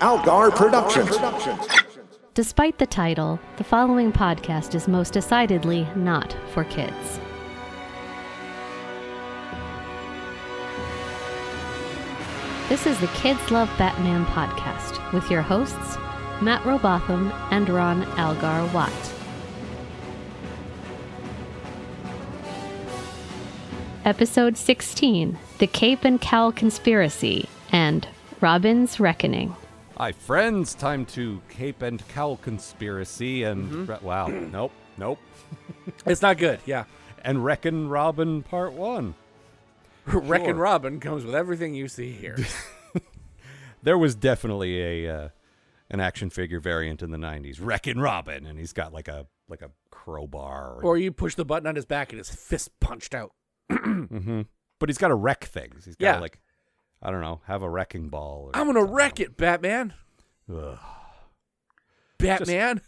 Algar Productions. Despite the title, the following podcast is most decidedly not for kids. This is the Kids Love Batman podcast with your hosts, Matt Robotham and Ron Algar Watt. Episode 16 The Cape and Cowl Conspiracy and Robin's Reckoning. Hi, friends. Time to Cape and Cowl conspiracy and Mm-hmm. re- wow, nope, nope, It's not good. Yeah. and Reckon Robin Part One. Wreck and Robin comes with everything you see here. There was definitely a uh, an action figure variant in the '90s, Wreckin' Robin, and he's got like a like a crowbar, or you push the button on his back and his fist punched out. hmm but he's got to wreck things. He's got Yeah. to like I don't know, have a wrecking ball. Or I'm gonna wreck it, Batman. Ugh. Batman.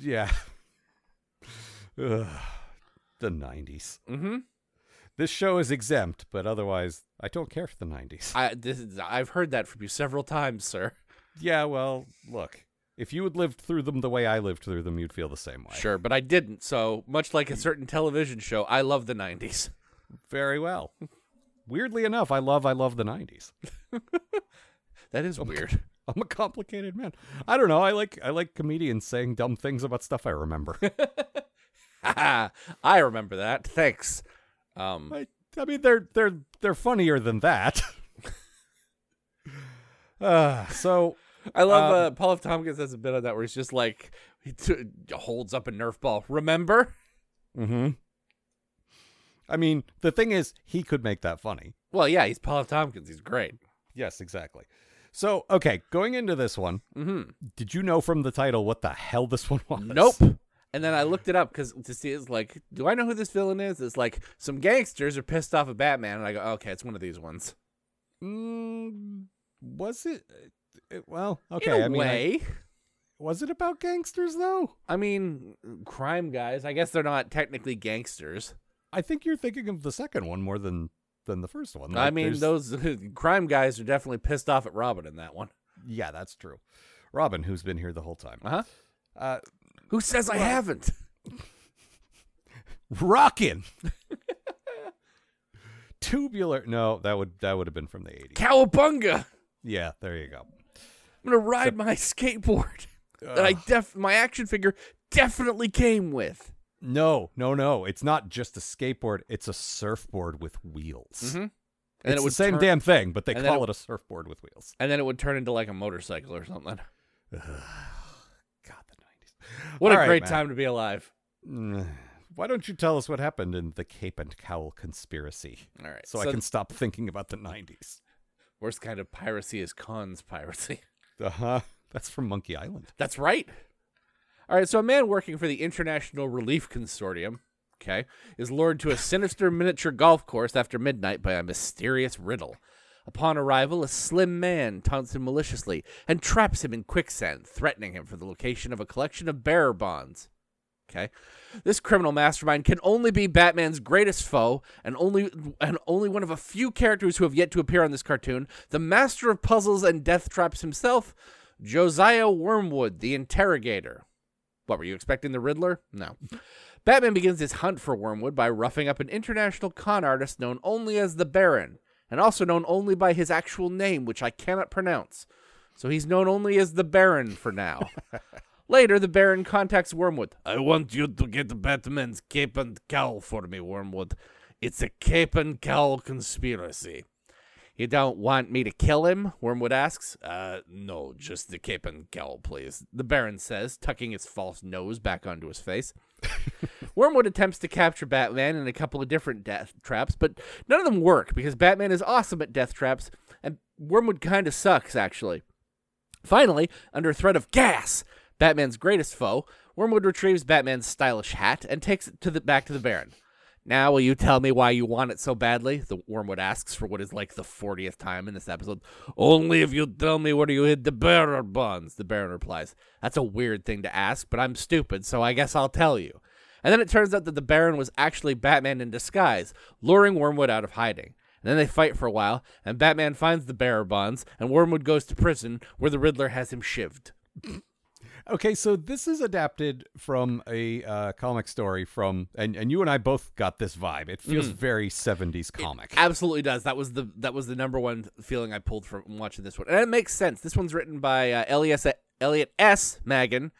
Yeah. Ugh. The '90s. Mm-hmm. This show is exempt, but otherwise, I don't care for the '90s. I this is I've heard that from you several times, sir. Yeah, well, look. If you had lived through them the way I lived through them, you'd feel the same way. Sure, but I didn't. So much like a certain television show, I love the '90s. Very well. Weirdly enough, I love I love the 90s. That is weird. I'm a complicated man. I don't know. I like I like comedians saying dumb things about stuff I remember. I remember that. Thanks. Um, I, I mean, they're they're they're funnier than that. uh, so I love uh, Paul F. Tompkins has a bit of that where he's just like he t- holds up a Nerf ball. Remember? mhm. I mean, the thing is, he could make that funny. Well, yeah, he's Paul F. Tompkins. He's great. Yes, exactly. So, okay, going into this one, Mm-hmm. did you know from the title what the hell this one was? Nope. And then I looked it up because to see it's like, do I know who this villain is? It's like some gangsters are pissed off at Batman, and I go, oh, okay, it's one of these ones. Mm, was it? uh, it- Well, In okay. a I mean, I- way, was it about gangsters though? I mean, crime guys. I guess they're not technically gangsters. I think you're thinking of the second one more than than the first one. I Like, mean, there's- those crime guys are definitely pissed off at Robin in that one. Yeah, that's true. Robin, who's been here the whole time, Uh huh. uh, Who says I haven't? rockin'. Tubular? No, that would that would have been from the '80s. Cowabunga! Yeah, there you go. I'm gonna ride my skateboard that I def my action figure definitely came with. No, no, no. It's not just a skateboard. It's a surfboard with wheels. Mhm. And it it's would the same turn- damn thing, but they and then call it- it a surfboard with wheels. And then it would turn into like a motorcycle or something. God, the nineties. What a great time to be alive. Why don't you tell us what happened in the Cape and Cowl conspiracy? All right, so, I so- can stop thinking about the nineties. Worst kind of piracy is cons piracy. Uh huh. That's from Monkey Island. That's right. All right, so a man working for the International Relief Consortium, okay, is lured to a sinister miniature golf course after midnight by a mysterious riddle. Upon arrival, a slim man taunts him maliciously and traps him in quicksand, threatening him for the location of a collection of bearer bonds. Okay. This criminal mastermind can only be Batman's greatest foe and only and only one of a few characters who have yet to appear on this cartoon, the master of puzzles and death traps himself, Josiah Wormwood, the interrogator. What were you expecting the Riddler? No. Batman begins his hunt for Wormwood by roughing up an international con artist known only as the Baron and also known only by his actual name which I cannot pronounce. So he's known only as the Baron for now. Later, the Baron contacts Wormwood. I want you to get Batman's cape and cowl for me, Wormwood. It's a cape and cowl conspiracy. You don't want me to kill him? Wormwood asks. Uh, no, just the cape and cowl, please, the Baron says, tucking his false nose back onto his face. Wormwood attempts to capture Batman in a couple of different death traps, but none of them work because Batman is awesome at death traps, and Wormwood kind of sucks, actually. Finally, under threat of gas, Batman's greatest foe, Wormwood retrieves Batman's stylish hat and takes it to the back to the Baron. Now, will you tell me why you want it so badly? The Wormwood asks for what is like the 40th time in this episode. Only if you tell me where you hid the bearer bonds, the Baron replies. That's a weird thing to ask, but I'm stupid, so I guess I'll tell you. And then it turns out that the Baron was actually Batman in disguise, luring Wormwood out of hiding. And then they fight for a while, and Batman finds the bearer bonds, and Wormwood goes to prison where the Riddler has him shivved. Okay, so this is adapted from a uh, comic story from, and, and you and I both got this vibe. It feels very 70s comic. Absolutely does. That was the that was the number one feeling I pulled from watching this one, and it makes sense. This one's written by uh, Elias Elliot S. Magan,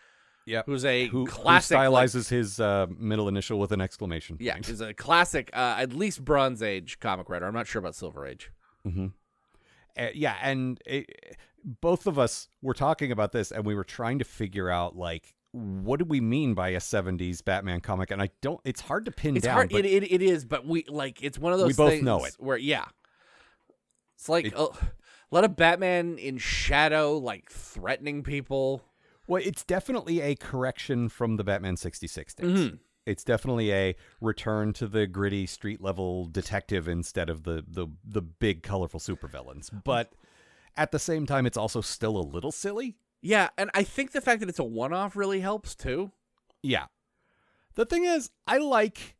yeah, who's a who, who classic, like- stylizes his uh, middle initial with an exclamation yeah, point. is a classic, uh, at least Bronze Age comic writer. I'm not sure about Silver Age. Uh, yeah, and it, both of us were talking about this, and we were trying to figure out like what do we mean by a 70s Batman comic, and I don't. It's hard to pin It's down. hard. but It, it, it is, but we like it's one of those. We both things know it. Where yeah, it's like It- oh, a lot of Batman in shadow, like threatening people. Well, it's definitely a correction from the Batman 66 days. Mm-hmm. It's definitely a return to the gritty street level detective instead of the the the big colorful supervillains. But at the same time it's also still a little silly. Yeah, and I think the fact that it's a one-off really helps too. Yeah. The thing is, I like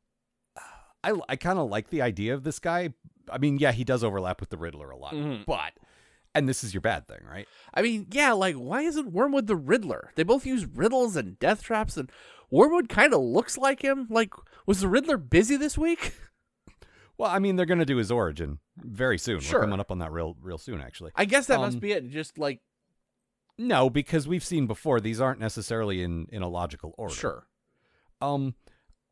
I I kind of like the idea of this guy. I mean, yeah, he does overlap with the Riddler a lot, but and this is your bad thing, right? I mean, yeah, like why isn't Wormwood the Riddler? They both use riddles and death traps, and Wormwood kind of looks like him. Like, was the Riddler busy this week? Well, I mean, they're going to do his origin very soon. Sure. We're coming up on that real real soon actually. I guess that must Um, be it. Just like No, because we've seen before these aren't necessarily in in a logical order. sure, Um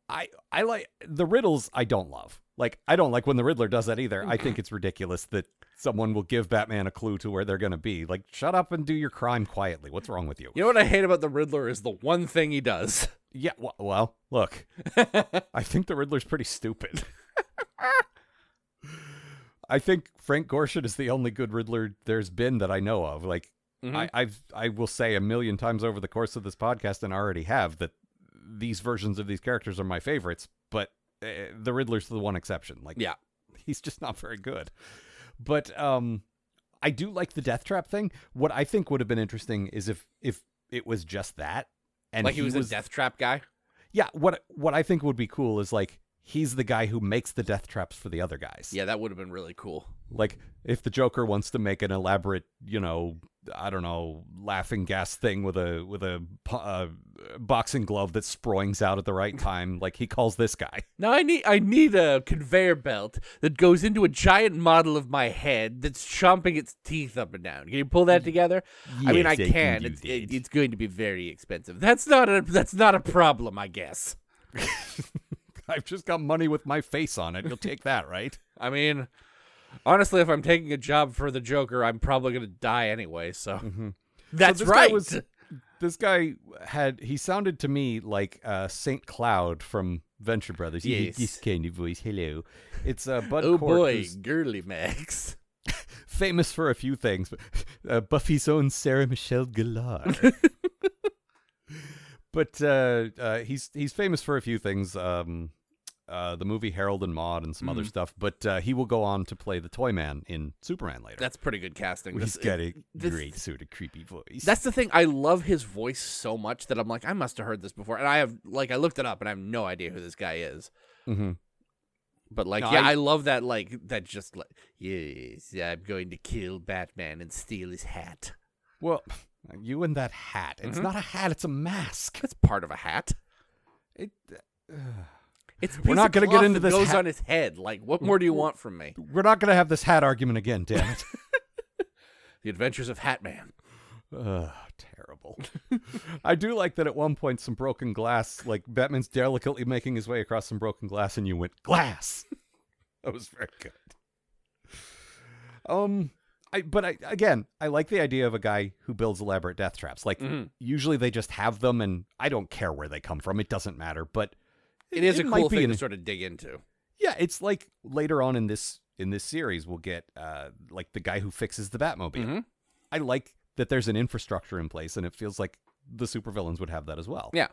I I like the riddles I don't love. Like I don't like when the Riddler does that either. I think it's ridiculous that someone will give Batman a clue to where they're going to be. Like shut up and do your crime quietly. What's wrong with you? you know what I hate about the Riddler is the one thing he does. Yeah, well, well look. I think the Riddler's pretty stupid. I think Frank Gorshin is the only good Riddler there's been that I know of. Like Mhm. Mm-hmm. I, I've I will say a million times over the course of this podcast, and I already have that these versions of these characters are my favorites, but uh, the Riddler's the one exception. Like, Yeah. he's just not very good. But um, I do like the death trap thing. What I think would have been interesting is if if it was just that, and like he, was, a death trap guy. yeah, what what I think would be cool is like he's the guy who makes the death traps for the other guys. Yeah, that would have been really cool. Like if the Joker wants to make an elaborate, you know, I don't know, laughing gas thing with a with a po- uh, boxing glove that sproings out at the right time, like he calls this guy. Now I need I need a conveyor belt that goes into a giant model of my head that's chomping its teeth up and down. Can you pull that together? I mean, Yes, I I can can. do It's, it, that. it's going to be very expensive. That's not a that's not a problem, I guess. I've just got money with my face on it. You'll take that, right? I mean, honestly, if I'm taking a job for the Joker, I'm probably going to die anyway. So that's Mm-hmm. So this guy right. was- this guy had he sounded to me like uh, Saint Cloud from Venture Brothers. He had Yes. this kind of voice. Hello, it's uh, Bud oh Cort, boy, who's girly Max. famous for a few things, but uh, Buffy's own Sarah Michelle Gellar. but uh, uh, he's he's famous for a few things. Um, uh, the movie Harold and Maude and some other Mm. stuff, but uh, he will go on to play the Toy Man in Superman later. That's pretty good casting. he's This- got a this- great sort of creepy voice. That's the thing. I love his voice so much that I'm like, I must have heard this before. And I have, like, I looked it up and I have no idea who this guy is. Mhm. But, like, No, yeah, I, I- love that, like, that just, like, yes, I'm going to kill Batman and steal his hat. Well, you and that hat. Mm-hmm. It's not a hat, it's a mask. That's part of a hat. It, It's a We're piece not of gonna get cloth into that this goes hat- on his head. Like, what more do you want from me? we're not going to have this hat argument again, damn it. The Adventures of Hatman. Ugh, terrible. I do like that at one point, some broken glass, like Batman's delicately making his way across some broken glass, and you went, glass! that was very good. Um. I, but I, again, I like the idea of a guy who builds elaborate death traps. Like Mm-hmm. usually they just have them, and I don't care where they come from; it doesn't matter. But It is a might cool be thing an- to sort of dig into. yeah, it's like later on in this in this series we'll get uh like the guy who fixes the Batmobile. Mhm. I like that there's an infrastructure in place and it feels like the supervillains would have that as well. Yeah.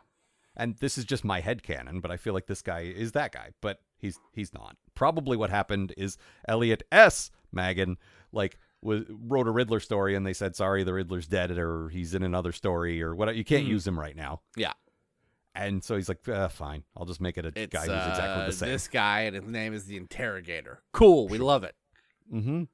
And this is just my headcanon, but I feel like this guy is that guy, but he's he's not. Probably what happened is Elliot S. Magan like was wrote a Riddler story and they said sorry the Riddler's dead or he's in another story or what you can't use him right now. Hmm. Yeah. And so he's like, uh, fine, I'll just make it a It's guy who's exactly uh, the same. this guy, and his name is the Interrogator. Cool. We love it. Mm-hmm.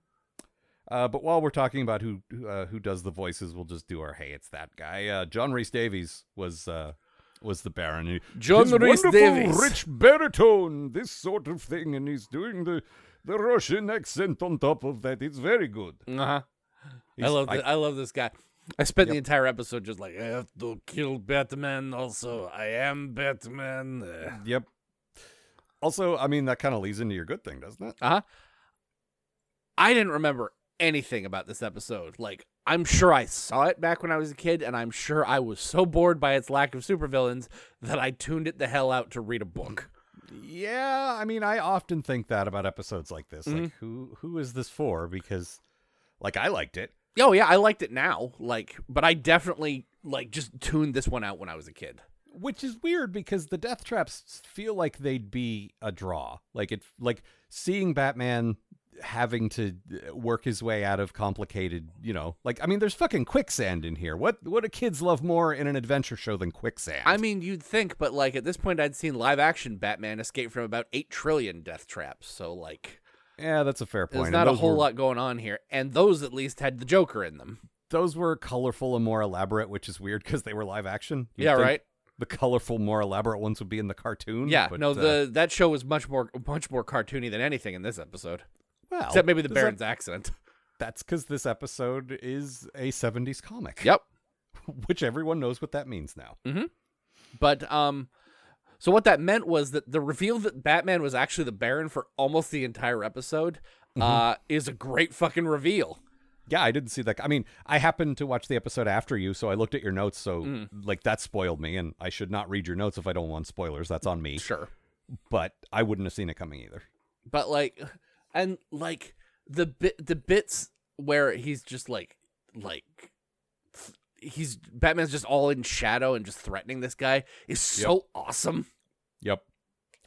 Uh, but while we're talking about who who, uh, who does the voices, we'll just do our hey, it's that guy. Uh, John Reese Davies was uh, was the Baron. He- John his Rhys wonderful Davies. rich baritone, this sort of thing, and he's doing the the Russian accent on top of that. It's very good. Uh-huh. I He's- love I- th- I love this guy. I spent the entire episode just like I have to kill Batman. Also, I am Batman. Uh Yep. Also, I mean that kind of leads into your good thing, doesn't it? huh. Uh-huh. I didn't remember anything about this episode. Like I'm sure I saw it back when I was a kid, and I'm sure I was so bored by its lack of supervillains that I tuned it the hell out to read a book. Yeah, I mean, I often think that about episodes like this. Like, who who is this for? Because, like, I liked it. oh yeah, I liked it now. Like, but I definitely like just tuned this one out when I was a kid. which is weird because the death traps feel like they'd be a draw like it like seeing batman having to uh, work his way out of complicated you know like i mean there's fucking quicksand in here what what do kids love more in an adventure show than quicksand I mean, you'd think, but like at this point, I'd seen live action Batman escape from about eight trillion death traps. So like, yeah that's a fair point there's And not a those whole were- lot going on here, and those at least had the Joker in them. those were colorful and more elaborate which is weird because they were live action You'd yeah, think right. the colorful more elaborate ones would be in the cartoon Yeah, but, no, uh, the that show was much more much more cartoony than anything in this episode, well, except maybe the does that- Baron's accident. that's because this episode is a 70s comic Yep. which everyone knows what that means now But um so what that meant was that the reveal that Batman was actually the Baron for almost the entire episode Mm-hmm. uh is a great fucking reveal. Yeah, I didn't see that. I mean, I happened to watch the episode after you, so I looked at your notes. So, like, that spoiled me, and I should not read your notes if I don't want spoilers. That's on me. Sure. But I wouldn't have seen it coming either. But like and like the bit the bits where he's just like like th- he's Batman's just all in shadow and just threatening this guy is so awesome. Yep.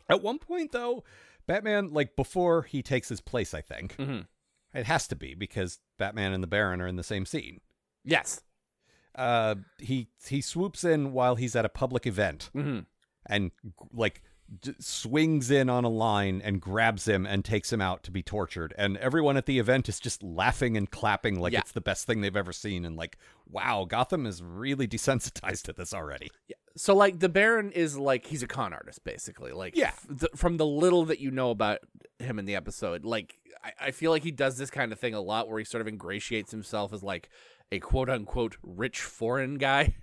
At one point, though, Batman, like, before he takes his place, I think Mhm. it has to be because Batman and the Baron are in the same scene. Yes. Uh, he he swoops in while he's at a public event Mhm. and like d- swings in on a line and grabs him and takes him out to be tortured and everyone at the event is just laughing and clapping like Yeah. it's the best thing they've ever seen and like wow gotham is really desensitized to this already So like the Baron is like he's a con artist basically. Like Yeah. th- from the little that you know about him in the episode, like I-, I feel like he does this kind of thing a lot where he sort of ingratiates himself as like a quote unquote rich foreign guy.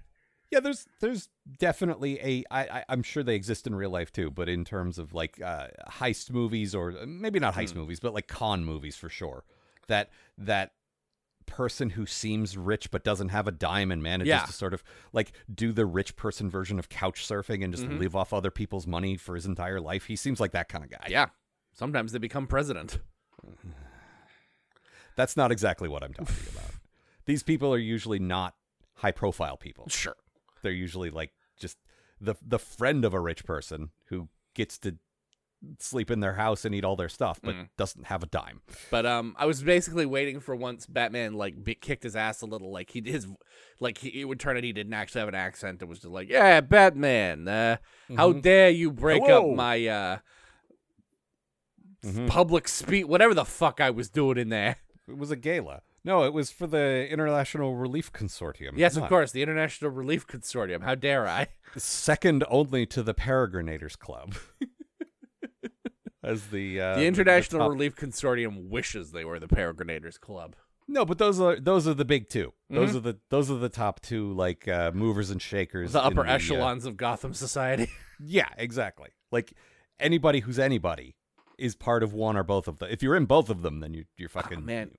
yeah there's there's definitely a I, I i'm sure they exist in real life too but in terms of like uh heist movies or maybe not Hmm. heist movies but like con movies for sure that that person who seems rich but doesn't have a dime and manages Yeah. to sort of like do the rich person version of couch surfing and just Mm-hmm. live off other people's money for his entire life he seems like that kind of guy Yeah. Sometimes they become president. that's not exactly what i'm talking about these people are usually not high profile people Sure. they're usually like just the the friend of a rich person who gets to sleep in their house and eat all their stuff but Mm. doesn't have a dime. But um, I was basically waiting for once Batman like be- kicked his ass a little, like he his like he it would turn out he didn't actually have an accent. It was just like, yeah, Batman, uh, how Mm-hmm. dare you break Hello." up my uh Mm-hmm. public speech, whatever the fuck I was doing in there. It was a gala. No, it was for the International Relief Consortium. Yes, Come of on. course, the International Relief Consortium. How dare I? Second only to the Peregrinators Club. As the uh, the International top- Relief Consortium wishes they were the Peregrinators Club. No, but those are those are the big 2 Mm-hmm. Those are the those are the top two like uh, movers and shakers. The in upper uh, echelons of Gotham society. Yeah, exactly. Like anybody who's anybody is part of one or both of them. If you're in both of them, then you, you're fucking Oh, man,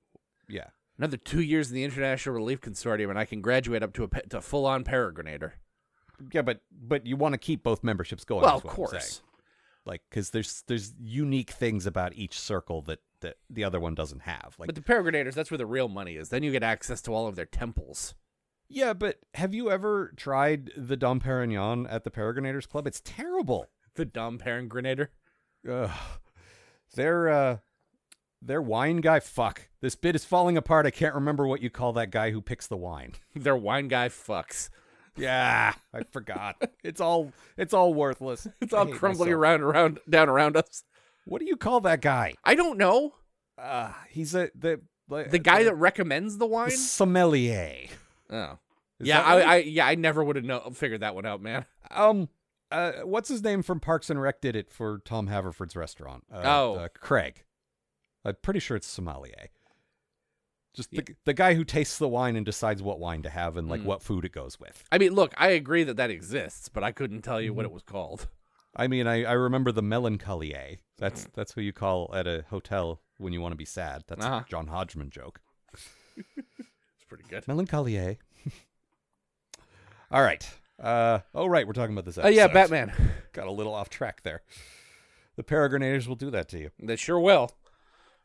Yeah, Another two years in the International Relief Consortium, and I can graduate up to a pe- to full on peregrinator. yeah, but but you want to keep both memberships going. Well, is of what I'm saying. course. Like because there's there's unique things about each circle that that the other one doesn't have. Like but the peregrinators, that's where the real money is. Then you get access to all of their temples. yeah, but have you ever tried the Dom Perignon at the Peregrinators Club? It's terrible. The dumb peregrinator. Ugh. Their uh, their wine guy. Fuck, this bit is falling apart. I can't remember what you call that guy who picks the wine. Their wine guy fucks. Yeah, I forgot. it's all it's all worthless. It's all crumbling around, around, down around us. What do you call that guy? I don't know. Uh, he's a the like, The guy that recommends the wine? sommelier. Oh. Is yeah, that I, right? I yeah, I never would have know, figured that one out, man. Um, uh, what's his name from Parks and Rec did it for Tom Haverford's restaurant? Uh, Oh. uh, Craig. I'm pretty sure it's sommelier. Just the, the guy who tastes the wine and decides what wine to have and like Mm. what food it goes with. I mean, look, I agree that that exists, but I couldn't tell you what it was called. I mean, I, I remember the melancholier. That's that's who you call at a hotel when you want to be sad. That's Uh-huh. a John Hodgman joke. It's pretty good. Melancholier. All right. Uh, oh, right. We're talking about this Oh episode. yeah, Batman. Got a little off track there. The Peregrinators will do that to you. They sure will.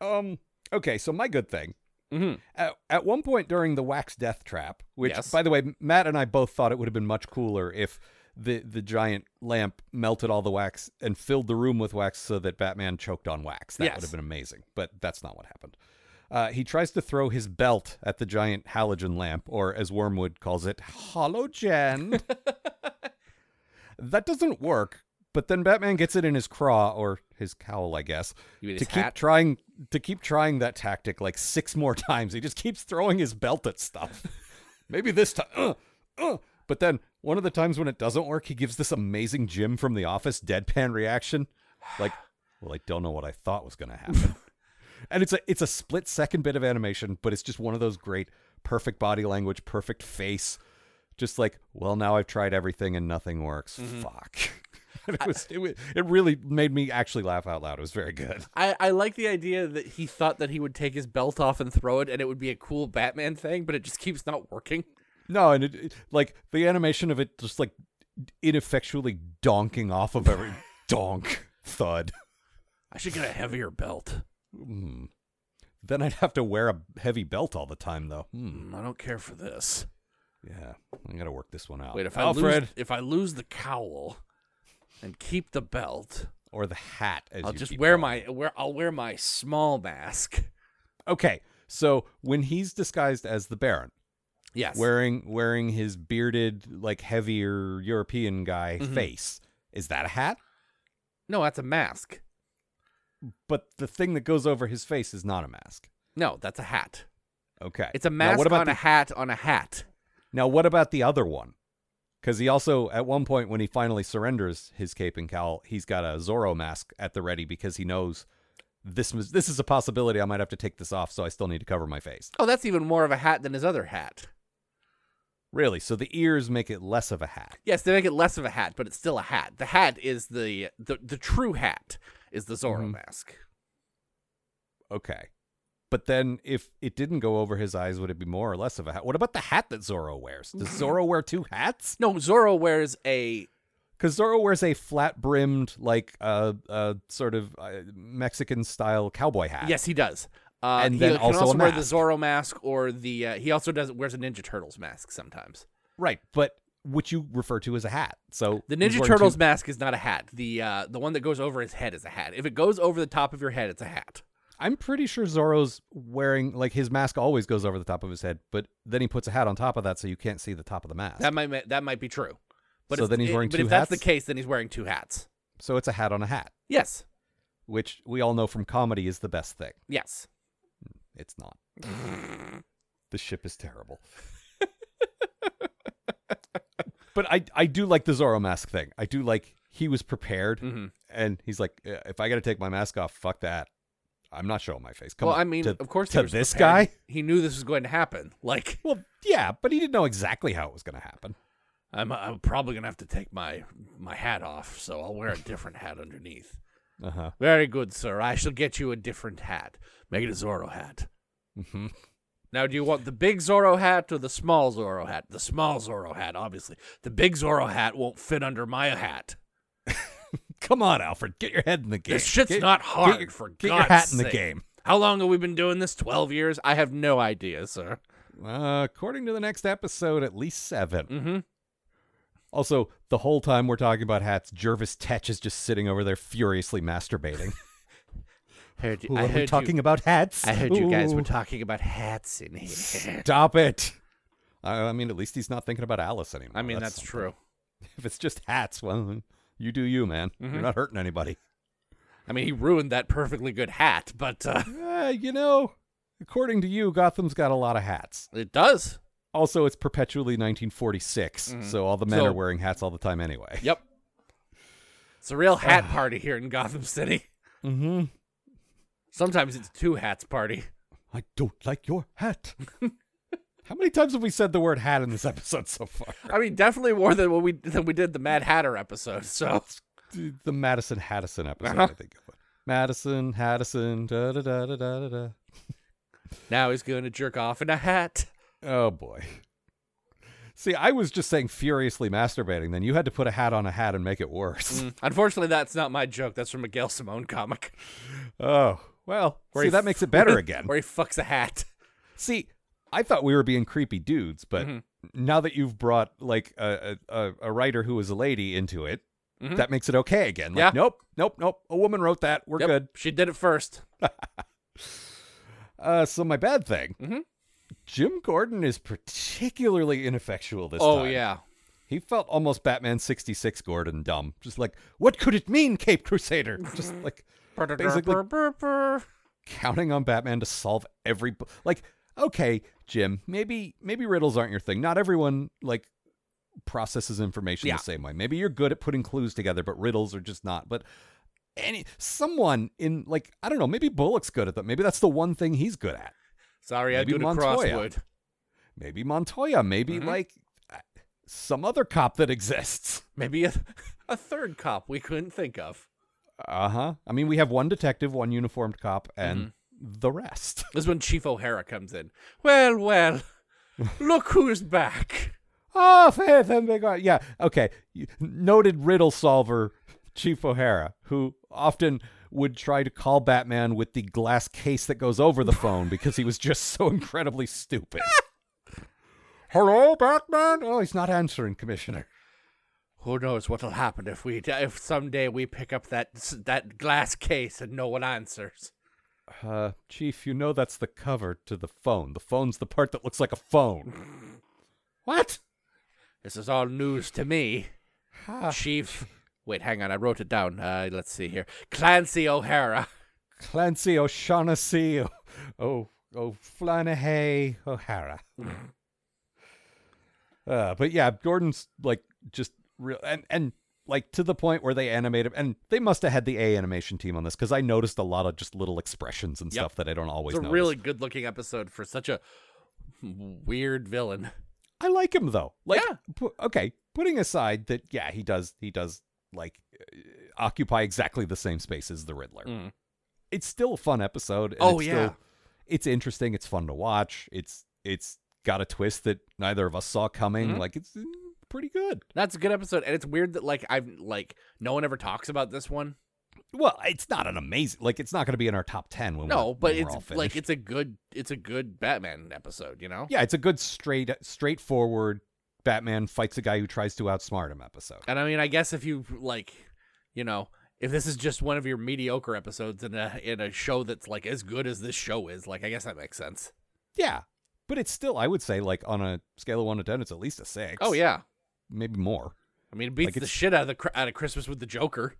Um. Okay, so my good thing. hmm At, at one point during the Wax Death Trap, which, Yes. by the way, Matt and I both thought it would have been much cooler if the the giant lamp melted all the wax and filled the room with wax, so that Batman choked on wax. That Yes. would have been amazing. But that's not what happened. Uh, he tries to throw his belt at the giant halogen lamp, or as Wormwood calls it, halogen. that doesn't work. But then Batman gets it in his craw or his cowl, I guess, You mean to his keep hat? trying to keep trying that tactic like six more times. He just keeps throwing his belt at stuff. Maybe this time. Uh, uh. But then one of the times when it doesn't work, he gives this amazing Jim from the office deadpan reaction, like, "Well, I don't know what I thought was going to happen." and it's a it's a split second bit of animation, but it's just one of those great perfect body language, perfect face. Just like, well, now I've tried everything and nothing works. Mm-hmm. Fuck. And it was it, wa- it really made me actually laugh out loud. It was very good. I, I like the idea that he thought that he would take his belt off and throw it, and it would be a cool Batman thing, but it just keeps not working. No, and it, it- like the animation of it just like ineffectually donking off of every donk thud. I should get a heavier belt. Hmm. Then I'd have to wear a heavy belt all the time, though. Hmm. Mm, I don't care for this. Yeah, I gotta work this one out. Wait, if I Alfred lose, if I lose the cowl and keep the belt, or the hat, as I'll you just keep wear calling my wear. I'll wear my small mask. it. Okay, so when he's disguised as the Baron, Yes. wearing wearing his bearded, like heavier European guy Mm-hmm. face, is that a hat? No, that's a mask. But the thing that goes over his face is not a mask. No, that's a hat. Okay, It's a Now, mask what about on the a hat on a hat. Now, what about the other one? Because he also, at one point, when he finally surrenders his cape and cowl, he's got a Zorro mask at the ready because he knows this was this is a possibility. I might have to take this off, so I still need to cover my face. Oh, that's even more of a hat than his other hat. Really? So the ears make it less of a hat. Yes, they make it less of a hat, but it's still a hat. The hat is the the, the true hat is the Zorro Mhm. mask. Okay. But then, if it didn't go over his eyes, would it be more or less of a hat? What about the hat that Zorro wears? Does Mm-hmm. Zorro wear two hats? No, Zorro wears a Because Zorro wears a flat brimmed, like uh, uh, sort of uh, Mexican style cowboy hat. yes, he does. Uh, And he then can also also, a wear mask. the Zorro mask or the uh, he also does wears a Ninja Turtles mask sometimes. Right, but which you refer to as a hat. So he's The Ninja wearing Turtles two- mask is not a hat. The uh, the one that goes over his head is a hat. If it goes over the top of your head, it's a hat. I'm pretty sure Zorro's wearing like his mask always goes over the top of his head, but then he puts a hat on top of that, so you can't see the top of the mask. That might ma- that might be true. But So if- then he's it- wearing but two if that's hats? the case, then he's wearing two hats. so it's a hat on a hat, Yes. which we all know from comedy is the best thing. Yes. It's not. the ship is terrible. but I I do like the Zorro mask thing. I do like he was prepared, hmm and he's like, "Uh, if I got to take my mask off, fuck that. I'm not showing my face. Come Well, on. I mean, to- of course, he to was this prepared. guy. he knew this was going to happen. Like, Well, yeah, but he didn't know exactly how it was going to happen. I'm I'm probably gonna have to take my my hat off, so I'll wear a different hat underneath. Uh huh. Very good, sir. I shall get you a different hat. Make it a Zorro hat. Mm-hmm. Now, do you want the big Zorro hat or the small Zorro hat? The small Zorro hat, obviously. The big Zorro hat won't fit under my hat. Come on, Alfred, get your head in the game. This shit's Get- not hard, Get your, for get your God's hat in the sake. game. How long have we been doing this? 12 years? I have no idea, sir. Uh, according to the next episode, at least seven. Mm-hmm. Also, the whole time we're talking about hats, Jervis Tetch is just sitting over there furiously masturbating. Heard, Ooh, I are heard we talking you, about hats? I heard you guys were Ooh, talking about hats in here. Stop it. I, I mean, at least he's not thinking about Alice anymore. I mean, that's, true. Mm-hmm. If it's just hats, well, you do you, man. You're not hurting anybody. I mean, he ruined that perfectly good hat, but uh, Uh, you know, according to you, Gotham's got a lot of hats. it does. Also, it's perpetually 1946, so all the men Mm-hmm. So- are wearing hats all the time anyway. Yep. It's a real hat party here in Gotham City. Mm-hmm. Sometimes it's two hats party. I don't like your hat. How many times have we said the word hat in this episode so far? I mean, definitely more than what we than we did the Mad Hatter episode. So The the Madison Hattison episode, Uh-huh. I think. it was. Madison Hattison, da da da da da da. da. now he's going to jerk off in a hat. Oh boy. See, I was just saying furiously masturbating. Then you had to put a hat on a hat and make it worse. Mm, Unfortunately, that's not my joke. That's from a Gail Simone comic. Oh well. Where see, he that f- makes it better again. Where he fucks a hat. See, I thought we were being creepy dudes, but Mhm. now that you've brought like a a- a, a writer who is a lady into it, Mhm. that makes it okay again. Like, Yeah. Nope. Nope. Nope. A woman wrote that. We're Yep, good. She did it first. Uh, so my bad thing. Mhm. Jim Gordon is particularly ineffectual this oh time. yeah. He felt almost Batman 66 Gordon dumb. Just like, what could it mean, Cape Crusader? Just like Basically- counting on Batman to solve every bu- like okay, Jim, maybe maybe riddles aren't your thing. Not everyone like processes information Yeah. the same way. Maybe you're good at putting clues together, but riddles are just not. But any someone in like I don't know, maybe Bullock's good at that. Maybe that's the one thing he's good at. Sorry, I Maybe do to Montoya. crosswood. Maybe Montoya, maybe like uh, some other cop that exists. Maybe a, a third cop we couldn't think of. Uh huh. I mean, we have one detective, one uniformed cop, and the rest. This is when Chief O'Hara comes in. Well, well, look who's back. Oh, faith and big heart. Yeah. Okay. You- Noted riddle solver Chief O'Hara, who often would try to call Batman with the glass case that goes over the phone because he was just so incredibly stupid. Hello, Batman. Oh, he's not answering, Commissioner. Who knows what'll happen if we if someday we pick up that s- that glass case and no one answers. Uh, Chief, you know that's the cover to the phone. The phone's the part that looks like a phone. what? This is all news to me, Ha. Chief. Wait, hang on. I wrote it down. Uh, let's see here. Clancy O'Hara. Clancy O'Shaughnessy, O- O- O'Flanahay, O'Hara. uh, but yeah, Gordon's like just real and and like to the point where they animate him, and they must have had the A animation team on this because I noticed a lot of just little expressions and Yep. stuff that I don't always. It's a notice. really good looking episode for such a weird villain. I like him though. Like, Yeah. pu- okay, putting aside that, yeah, he does, he does like uh, occupy exactly the same space as the Riddler. Mm. It's still a fun episode. and Oh, it's yeah. still, it's interesting. It's fun to watch. It's it's got a twist that neither of us saw coming. Mhm. Like, it's mm, pretty good. That's a good episode, and it's weird that like I've like no one ever talks about this one. Well, it's not an amazing. Like, it's not going to be in our top ten when No, we're, but when we're all it's like finished. it's a good it's a good Batman episode, you know? yeah, it's a good straight straightforward Batman fights a guy who tries to outsmart him episode. And I mean, I guess if you like, you know, if this is just one of your mediocre episodes in a in a show that's like as good as this show is, like I guess that makes sense. Yeah. But it's still, I would say, like on a scale of one to ten, it's at least a six. Oh yeah, maybe more. I mean, it beats Like, the it's- shit out of the cr- out of Christmas with the Joker.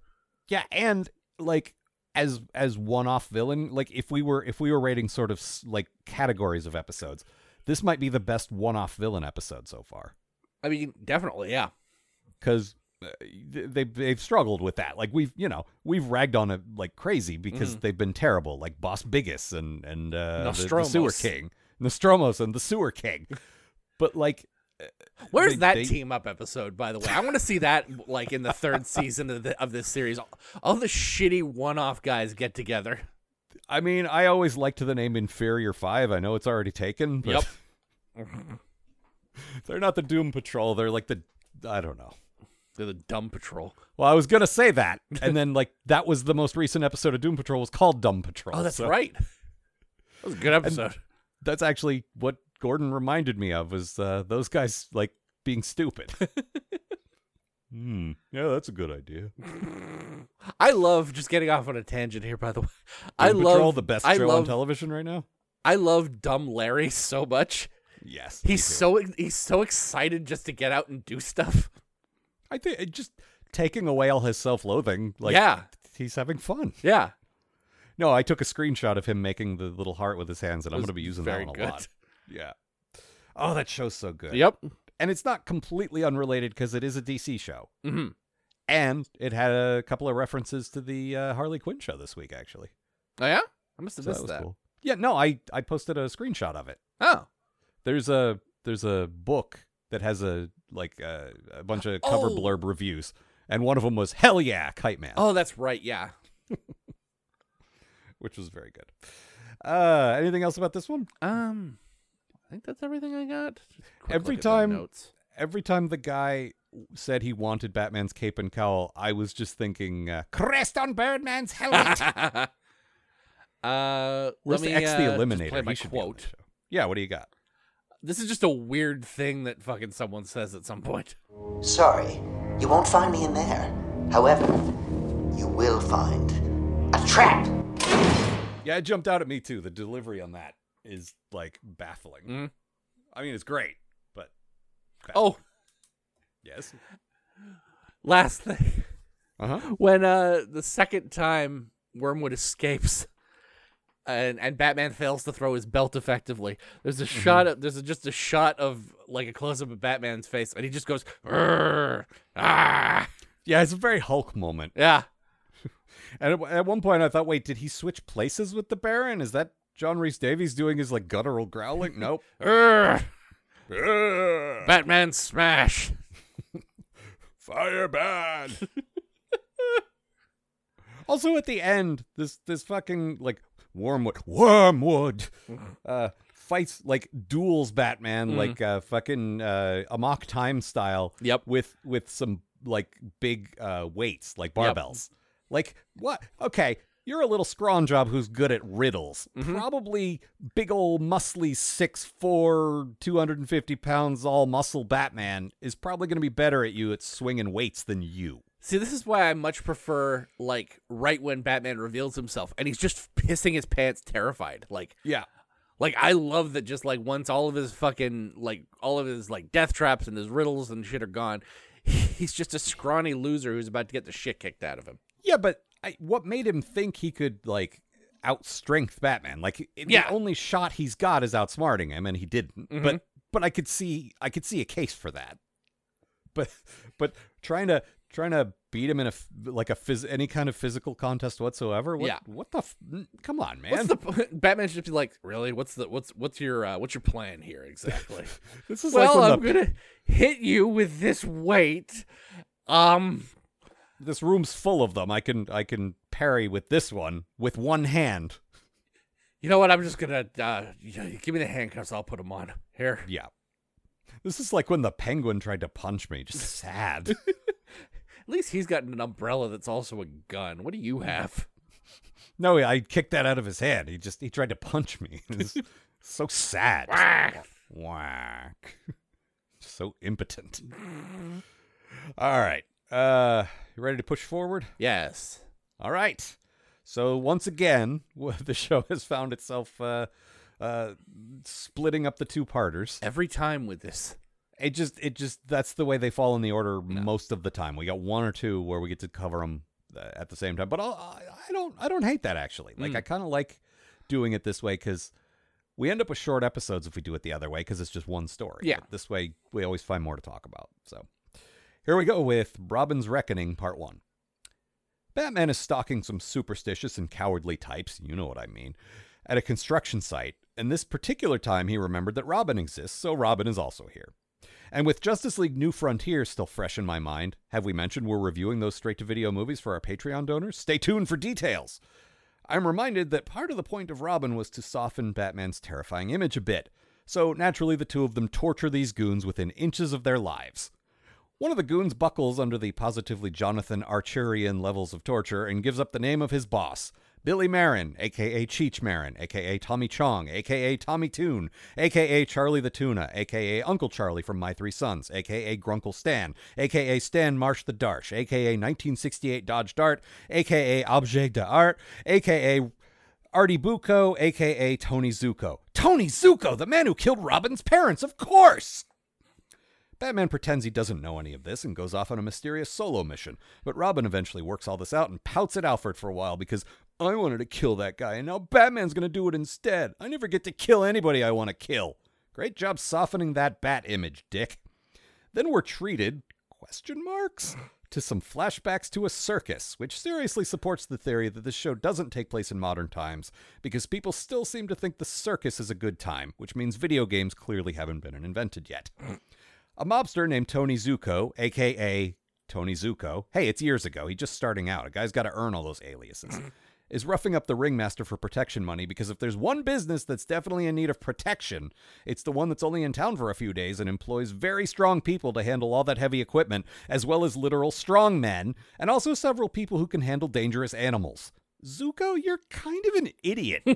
Yeah, and like as as one-off villain, like if we were if we were rating sort of s- like categories of episodes, this might be the best one-off villain episode so far I mean, definitely, yeah. because they they've struggled with that. Like we've you know we've ragged on it like crazy because they've been terrible, like Boss Biggest and and uh, the- the, Sewer Nostromos. King, Nostromos and the Sewer King. But like Where's They- that they- team up episode, by the way? I want to see that like in the third season of the, of this series. All, all the shitty one off guys get together. I mean, I always liked the name Inferior Five. I know it's already taken, but they're not the Doom Patrol. They're like the I don't know. They're the dumb patrol. Well, I was gonna say that, and then like that was the most recent episode of Doom Patrol was called Dumb Patrol. Oh, that's so right. That was a good episode. That's actually what Gordon reminded me of was uh, those guys like being stupid. hmm. Yeah, that's a good idea. I love just getting off on a tangent here. By the way, I Doom Patrol, love the best I show on love, television right now. I love dumb Larry so much. Yes, me He's too. so he's so excited just to get out and do stuff. I think just taking away all his self-loathing. Like, yeah, he's having fun. Yeah. No, I took a screenshot of him making the little heart with his hands, and I'm was going to be using very that one a good. lot. Yeah. Oh, that show's so good. Yep. And it's not completely unrelated because it is a DC show, hmm and it had a couple of references to the uh, Harley Quinn show this week, actually. Oh yeah. I must have So that missed was that. cool. Yeah. No, I I posted a screenshot of it. Oh. There's a there's a book that has a like a, a bunch of cover Oh. blurb reviews, and one of them was Hell Yeah, Kite Man. Oh, that's right. Yeah. which was very good. Uh, anything else about this one? Um, I think that's everything I got. Just quick Every look at the time- notes. Every time the guy said he wanted Batman's cape and cowl, I was just thinking, uh, crest on Birdman's helmet. uh, Where's let me the X the uh, just Eliminator? play my He should be on quote. this show. Yeah, what do you got? This is just a weird thing that fucking someone says at some point. Sorry, you won't find me in there. However, you will find a trap. Yeah, it jumped out at me too. The delivery on that is like baffling. Mm. I mean, it's great, but Oh, yes. last thing. Uh huh. When uh the second time Wormwood escapes and and Batman fails to throw his belt effectively, there's a shot of there's a, just a shot of like a close up of Batman's face and he just goes "Arr, ah." Yeah, it's a very Hulk moment. Yeah. And at, at one point, I thought, wait, did he switch places with the Baron? Is that John Reese Davies doing his like guttural growling? Nope. Arr, Ugh. Batman smash. Fire ban. also, at the end, this this fucking like Wormwood Wormwood uh, fights like duels Batman like uh, fucking uh, Amok Time style. Yep. With with some like big uh, weights like barbells. Like what? Okay. You're a little scrawn job who's good at riddles. Probably big old muscly 6'4, 250 pounds, all muscle Batman is probably going to be better at you at swinging weights than you. See, this is why I much prefer like right when Batman reveals himself and he's just pissing his pants terrified. Like Yeah. Like I love that just like once all of his fucking like all of his like death traps and his riddles and shit are gone, he's just a scrawny loser who's about to get the shit kicked out of him. Yeah, but I, what made him think he could, like, outstrength Batman? Like, it- Yeah. Mm-hmm. the only shot he's got is outsmarting him, and he didn't. But but I could see I could see a case for that. But but trying to trying to beat him in a f- like a phys- any kind of physical contest whatsoever. What, Yeah. What the? F- come on, man. What's the p- Batman should be like? Really? What's the what's what's your uh, what's your plan here exactly? This is well, like when I'm the- gonna hit you with this weight. Um, this room's full of them. I can I can parry with this one with one hand. you know what? I'm just gonna uh, y- give me the handcuffs. I'll put them on here. Yeah. This is like when the penguin tried to punch me. Just sad. At least he's got an umbrella that's also a gun. What do you have? no, I kicked that out of his hand. He just he tried to punch me. It's so sad. Whack. So impotent. All right. Uh you ready to push forward? yes. All right. So once again, w- the show has found itself uh uh splitting up the two parters. Every time with this. It just, it just, that's the way they fall in the order most of the time. We got one or two where we get to cover them at the same time, but I'll, I I don't, I don't hate that actually. Like I kind of like doing it this way because we end up with short episodes if we do it the other way because it's just one story. Yeah. But this way we always find more to talk about. So here we go with Robin's Reckoning Part One. Batman is stalking some superstitious and cowardly types, you know what I mean, at a construction site, and this particular time he remembered that Robin exists, so Robin is also here. And with Justice League New Frontier still fresh in my mind, have we mentioned we're reviewing those straight to video movies for our Patreon donors? Stay tuned for details! I'm reminded that part of the point of Robin was to soften Batman's terrifying image a bit, so naturally the two of them torture these goons within inches of their lives. One of the goons buckles under the positively Jonathan Archerian levels of torture and gives up the name of his boss, Billy Marin, aka Cheech Marin, aka Tommy Chong, aka Tommy Toon, aka Charlie the Tuna, aka Uncle Charlie from My Three Sons, aka Grunkle Stan, aka Stan Marsh the Darsh, aka 1968 Dodge Dart, aka Objet d'Art, aka Artie Bucco, aka Tony Zuko. Tony Zuko, the man who killed Robin's parents, of course! Batman pretends he doesn't know any of this and goes off on a mysterious solo mission, but Robin eventually works all this out and pouts at Alfred for a while because I wanted to kill that guy and now Batman's gonna do it instead. I never get to kill anybody I want to kill. Great job softening that bat image, Dick. Then we're treated question marks to some flashbacks to a circus, which seriously supports the theory that this show doesn't take place in modern times because people still seem to think the circus is a good time, which means video games clearly haven't been invented yet. A mobster named Tony Zuko, aka Tony Zuko, hey, it's years ago. He's just starting out. A guy's got to earn all those aliases. Is roughing up the ringmaster for protection money because if there's one business that's definitely in need of protection, it's the one that's only in town for a few days and employs very strong people to handle all that heavy equipment, as well as literal strong men, and also several people who can handle dangerous animals. Zuko, you're kind of an idiot.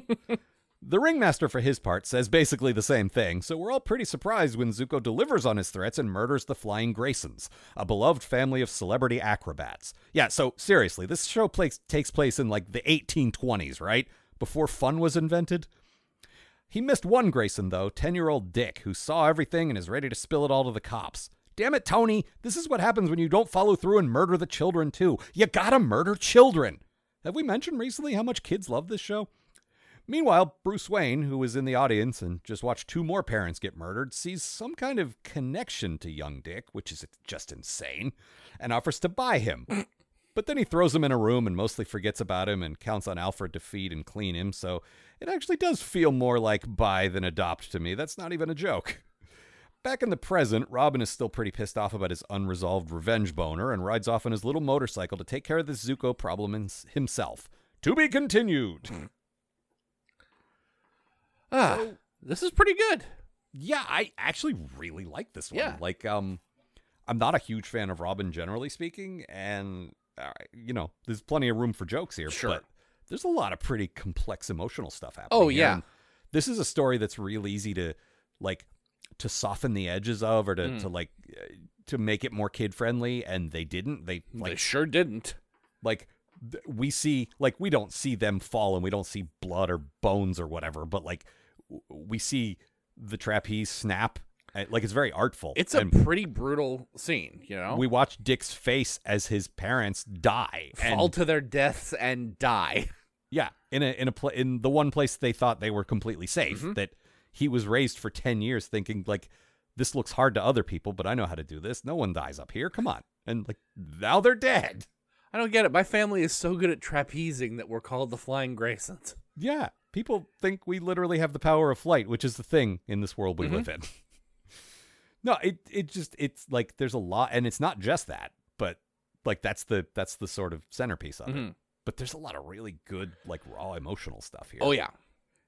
The ringmaster, for his part, says basically the same thing, so we're all pretty surprised when Zuko delivers on his threats and murders the Flying Graysons, a beloved family of celebrity acrobats. Yeah, so seriously, this show place, takes place in like the 1820s, right? Before fun was invented? He missed one Grayson, though, 10 year old Dick, who saw everything and is ready to spill it all to the cops. Damn it, Tony, this is what happens when you don't follow through and murder the children, too. You gotta murder children! Have we mentioned recently how much kids love this show? Meanwhile, Bruce Wayne, who was in the audience and just watched two more parents get murdered, sees some kind of connection to young Dick, which is just insane, and offers to buy him. But then he throws him in a room and mostly forgets about him and counts on Alfred to feed and clean him, so it actually does feel more like buy than adopt to me. That's not even a joke. Back in the present, Robin is still pretty pissed off about his unresolved revenge boner and rides off on his little motorcycle to take care of this Zuko problem ins- himself. To be continued. Ah, this is pretty good. Yeah, I actually really like this one. Yeah. Like, um, I'm not a huge fan of Robin, generally speaking, and uh, you know, there's plenty of room for jokes here. Sure. But there's a lot of pretty complex emotional stuff happening. Oh, here, yeah. and This is a story that's real easy to like to soften the edges of, or to Hmm. to like uh, to make it more kid friendly, and they didn't. They they like sure didn't. like th- we see like we don't see them fall and we don't see blood or bones or whatever but like w- we see the trapeze snap and, like it's very artful It's a and pretty brutal scene, you know. we watch dick's face as his parents die and- fall to their deaths and die. yeah in a in a pla- in the one place they thought they were completely safe Mm-hmm. that he was raised for 10 years thinking like this looks hard to other people but i know how to do this no one dies up here come on and like now they're dead I don't get it. My family is so good at trapezing that we're called the Flying Graysons. Yeah. People think we literally have the power of flight, which is the thing in this world we live in. Mm-hmm. no, it it just it's like there's a lot and it's not just that, but like that's the that's the sort of centerpiece of Mm-hmm. it. But there's a lot of really good like raw emotional stuff here. Oh yeah.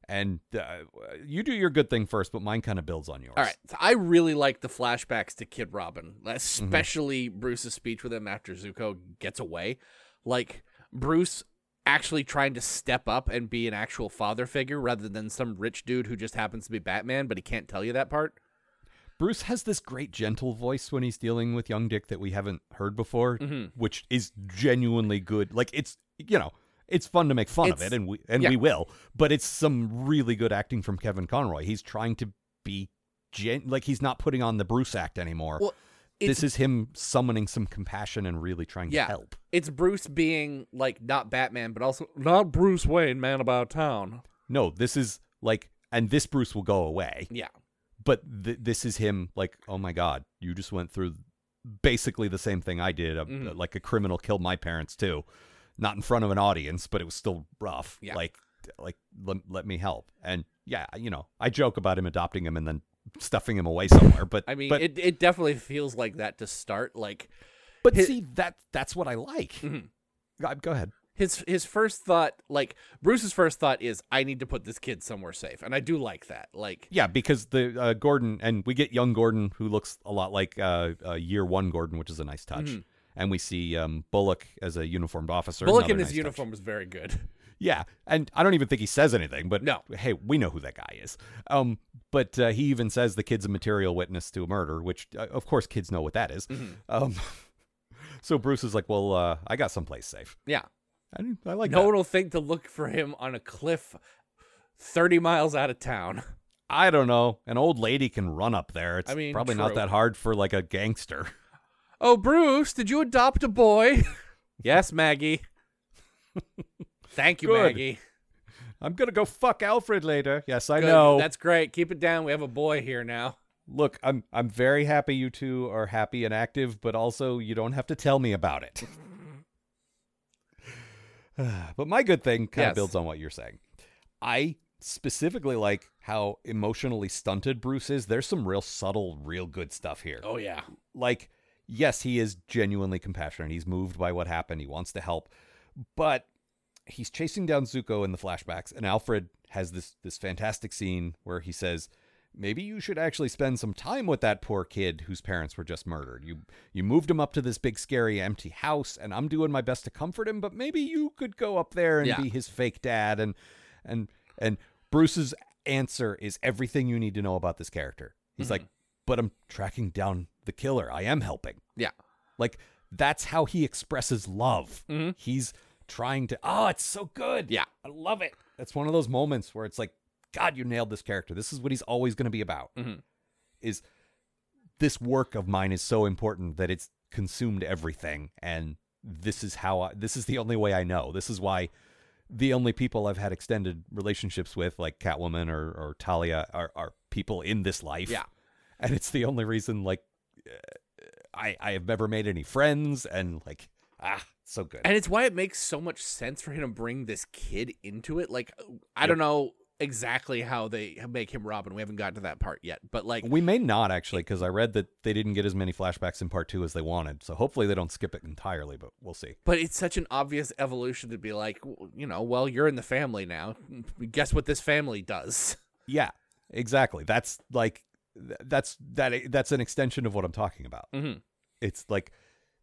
And uh, you do your good thing first, but mine kind of builds on yours. All right. So I really like the flashbacks to Kid Robin, especially Bruce's speech with him after Zuko gets away. Like Bruce actually trying to step up and be an actual father figure rather than some rich dude who just happens to be Batman, but he can't tell you that part. Bruce has this great gentle voice when he's dealing with young Dick that we haven't heard before, Mm-hmm. which is genuinely good. Like it's you know it's fun to make fun of It's- it, and we and yeah. we will. But it's some really good acting from Kevin Conroy. He's trying to be gen like he's not putting on the Bruce act anymore. Well, this is him summoning some compassion and really trying Yeah. to help. It's Bruce being like not Batman, but also not Bruce Wayne, man about town. No, this is like, and this Bruce will go away. Yeah. but th- this is him like oh my god you just went through basically the same thing i did A- Mhm. like a criminal killed my parents too not in front of an audience but it was still rough Yeah. like like let, let me help and yeah you know i joke about him adopting him and then stuffing him away somewhere but I mean, but, it, it definitely feels like that to start. Like but hi- see that that's what i like Mhm. God, go ahead his his first thought, like Bruce's first thought is, I need to put this kid somewhere safe, and I do like that. Like, yeah because the uh, gordon and we get young gordon who looks a lot like uh, uh year one gordon which is a nice touch Mhm. and we see um bullock as a uniformed officer Bullock another in his nice touch. uniform was very good. Yeah, and I don't even think he says anything, but No. hey, we know who that guy is. Um, but uh, he even says the kid's a material witness to a murder, which uh, of course kids know what that is. Mm-hmm. Um, so Bruce is like, "Well, uh, I got someplace safe." Yeah, And I like no that. one will think to look for him on a cliff, thirty miles out of town. I don't know. An old lady can run up there. It's I mean, probably not true. that hard for like a gangster. Oh, Bruce, did you adopt a boy? yes, Maggie. Thank you, Good. Maggie. I'm gonna go fuck Alfred later. Yes, I Good. know. That's great. Keep it down. We have a boy here now. Look, I'm I'm very happy you two are happy and active, but also you don't have to tell me about it. but my good thing kind of Yes. builds on what you're saying. I specifically like how emotionally stunted Bruce is. There's some real subtle, real good stuff here. Oh, yeah. Like, yes, he is genuinely compassionate. He's moved by what happened. He wants to help, but he's chasing down Zuko in the flashbacks, and Alfred has this this fantastic scene where he says, "Maybe you should actually spend some time with that poor kid whose parents were just murdered. You you moved him up to this big scary empty house, and I'm doing my best to comfort him, but maybe you could go up there and Yeah. be his fake dad." And and and Bruce's answer is everything you need to know about this character. He's like, "But I'm tracking down the killer. I am helping." Yeah. Like that's how he expresses love. Mhm. He's trying to Oh, it's so good. Yeah. I love it. It's one of those moments where it's like, God, you nailed this character. This is what he's always gonna be about. Mhm. Is this work of mine is so important that it's consumed everything and this is how I this is the only way I know. This is why the only people I've had extended relationships with, like Catwoman or, or Talia, are, are people in this life. Yeah. And it's the only reason, like, uh, I I have never made any friends, and like ah, so good. And it's why it makes so much sense for him to bring this kid into it. Like, I don't know exactly how they make him Robin. We haven't gotten to that part yet. But, like, we may not actually, because I read that they didn't get as many flashbacks in part two as they wanted. So hopefully they don't skip it entirely, but we'll see. But it's such an obvious evolution to be like, w- you know, well, you're in the family now. Guess what this family does? Yeah, exactly. That's like th- that's that that's an extension of what I'm talking about. Mhm. It's like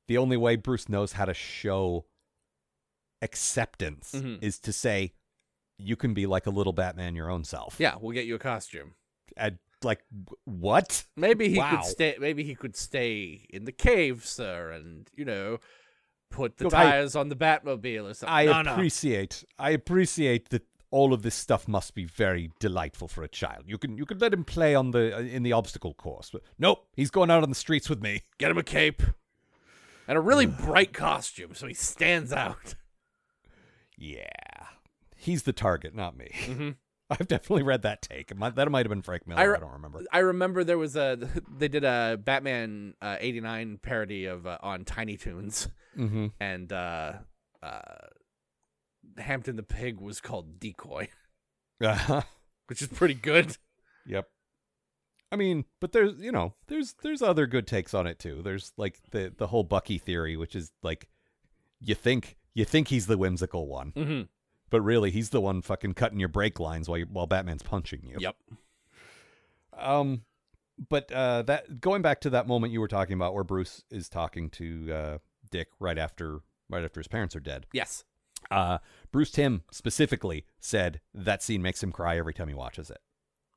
the only way Bruce knows how to show acceptance Mhm. is to say you can be like a little Batman your own self. Yeah, we'll get you a costume. And like w- what? Maybe he Wow. could stay. Maybe he could stay in the cave, sir, and you know, put the Look, I- tires on the Batmobile or something. I no, no. appreciate. I appreciate that all of this stuff must be very delightful for a child. You can you can let him play on the uh, in the obstacle course, but nope, he's going out on the streets with me. Get him a cape and a really bright costume so he stands out. Yeah, he's the target, not me. Mhm. I've definitely read that take. It might- that might have been Frank Miller. I, re- don't remember. I remember there was a they did a Batman uh, '89 parody of uh, on Tiny Toons. Mm-hmm. and uh, uh, Hampton the Pig was called Decoy, Uh-huh. which is pretty good. Yep. I mean, but there's you know there's there's other good takes on it too. There's like the the whole Bucky theory, which is like you think you think he's the whimsical one, Mm-hmm. But really, he's the one fucking cutting your brake lines while you, while Batman's punching you. Yep. Um, but uh, that going back to that moment you were talking about, where Bruce is talking to uh, Dick right after right after his parents are dead. Yes. Uh, Bruce Tim specifically said that scene makes him cry every time he watches it.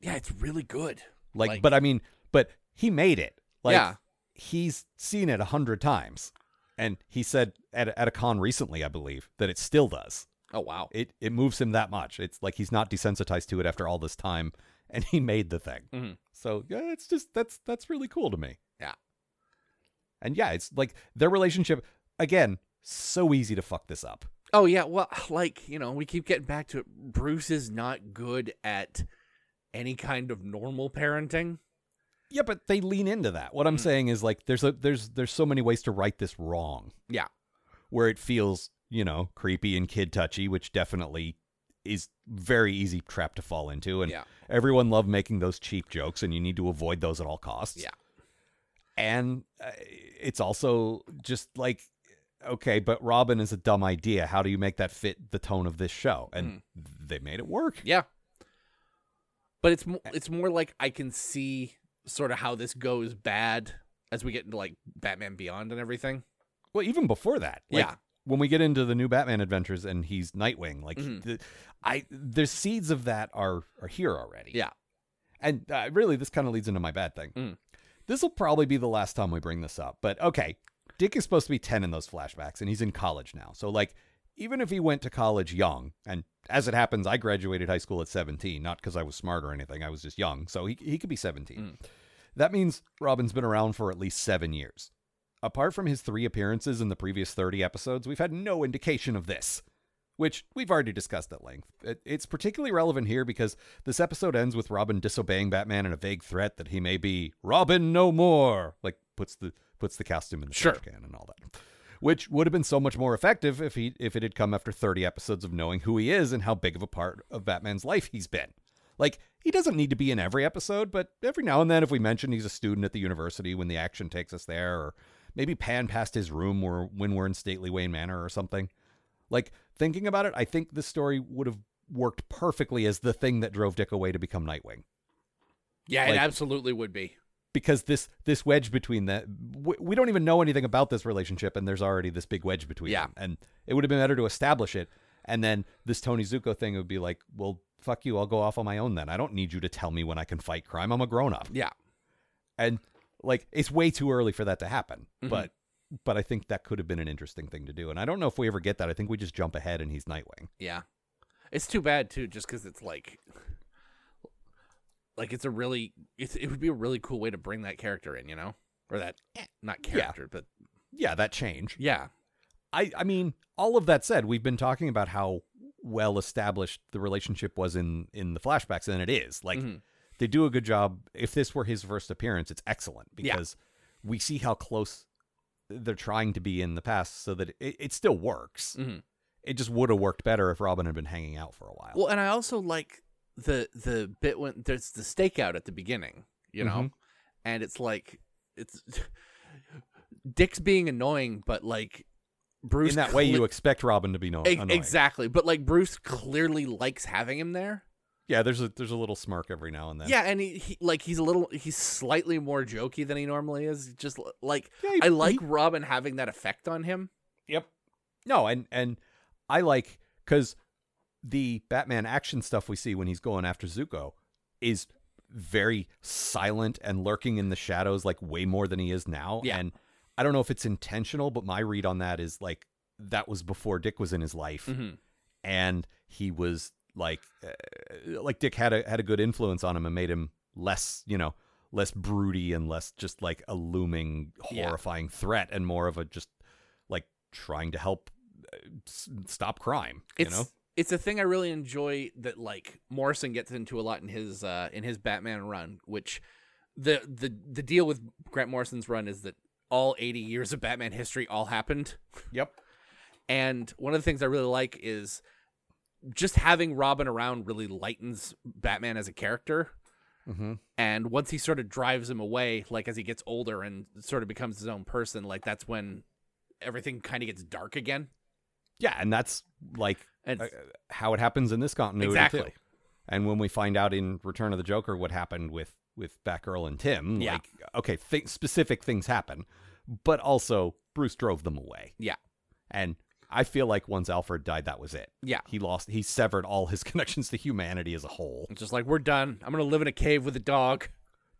Yeah, it's really good. Like, Like- but I mean, but he made it. Like, Yeah. he's seen it a hundred times, and he said at a- at a con recently, I believe, that it still does. Oh wow. it it moves him that much. It's like he's not desensitized to it after all this time, and he made the thing. Mhm. So yeah, it's just that's that's really cool to me. Yeah. and yeah, it's like their relationship again. So easy to fuck this up. Oh yeah. Well, like you know, we keep getting back to it. Bruce is not good at any kind of normal parenting. Yeah, but they lean into that. What Mm. I'm saying is like there's a there's there's so many ways to right this wrong Yeah. where it feels you know creepy and kid touchy, which definitely is very easy trap to fall into and Yeah. everyone loved making those cheap jokes and you need to avoid those at all costs Yeah. and uh, it's also just like okay but robin is a dumb idea how do you make that fit the tone of this show and Hmm. they made it work Yeah. But it's mo- it's more like I can see sort of how this goes bad as we get into like Batman Beyond and everything. well even before that like, Yeah. when we get into the new batman adventures and he's nightwing like Mhm. the, i the seeds of that are are here already Yeah. and uh, really this kind of leads into my bad thing Mm. this will probably be the last time we bring this up but okay dick is supposed to be 10 in those flashbacks and he's in college now so like even if he went to college young, and as it happens, I graduated high school at 17, not because I was smart or anything, I was just young, so he, he could be 17. That means Robin's been around for at least seven years. Apart from his three appearances in the previous 30 episodes, we've had no indication of this, which we've already discussed at length. It- It's particularly relevant here because this episode ends with Robin disobeying Batman and a vague threat that he may be Robin no more, like puts the puts the costume in the Sure. trash can and all that which would have been so much more effective if he if it had come after 30 episodes of knowing who he is and how big of a part of Batman's life he's been. Like he doesn't need to be in every episode, but every now and then if we mention he's a student at the university when the action takes us there or maybe pan past his room or when we're in Stately Wayne Manor or something. Like thinking about it, I think this story would have worked perfectly as the thing that drove Dick away to become Nightwing Yeah, it Like- absolutely would be. because this this wedge between that we, we don't even know anything about this relationship and there's already this big wedge between Yeah. them and it would have been better to establish it and then this Tony Zuko thing would be like well fuck you I'll go off on my own then I don't need you to tell me when I can fight crime I'm a grown up Yeah. and like it's way too early for that to happen Mhm. but but I think that could have been an interesting thing to do and I don't know if we ever get that I think we just jump ahead and he's Nightwing Yeah. It's too bad too, just because it's like, like it's a really, it's, it would be a really cool way to bring that character in, you know, or that not character, but yeah that change yeah, I, I mean, all of that said, we've been talking about how well established the relationship was in in the flashbacks, and it is. Like Mhm. they do a good job. If this were his first appearance, it's excellent Yeah. because we see how close they're trying to be in the past, so that it, it still works. Mhm. It just would have worked better if Robin had been hanging out for a while. Well, and I also like the the bit when there's the stakeout at the beginning, you know, Mhm. and it's like it's Dick's being annoying, but like Bruce in that way, cle- you expect Robin to be known. Ex- exactly, but like Bruce clearly likes having him there. Yeah, there's a there's a little smirk every now and then. Yeah, and he, he like he's a little he's slightly more jokey than he normally is. Just l- like Yeah, he- I like Robin having that effect on him. Yep. No, and and I like because the Batman action stuff we see when he's going after Zuko is very silent and lurking in the shadows like way more than he is now. Yeah. And I don't know if it's intentional, but my read on that is like that was before Dick was in his life Mhm. and he was like uh, like Dick had a had a good influence on him and made him less, you know, less broody and less just like a looming Yeah. horrifying threat and more of a just like trying to help uh, s- stop crime, you It's know? it's a thing I really enjoy that like Morrison gets into a lot in his uh in his Batman run, which the the the deal with Grant Morrison's run is that all 80 years of Batman history all happened. Yep. And one of the things I really like is just having Robin around really lightens Batman as a character. Mhm. And once he sort of drives him away, like as he gets older and sort of becomes his own person, like that's when everything kind of gets dark again. Yeah, and that's like And uh, how it happens in this continuity too. exactly. And when we find out in Return of the Joker what happened with with Batgirl and Tim, Yeah. like okay, th- specific things happen, but also Bruce drove them away. Yeah. And I feel like once Alfred died, that was it. Yeah. He lost. He severed all his connections to humanity as a whole. It's just like we're done. I'm gonna live in a cave with a dog.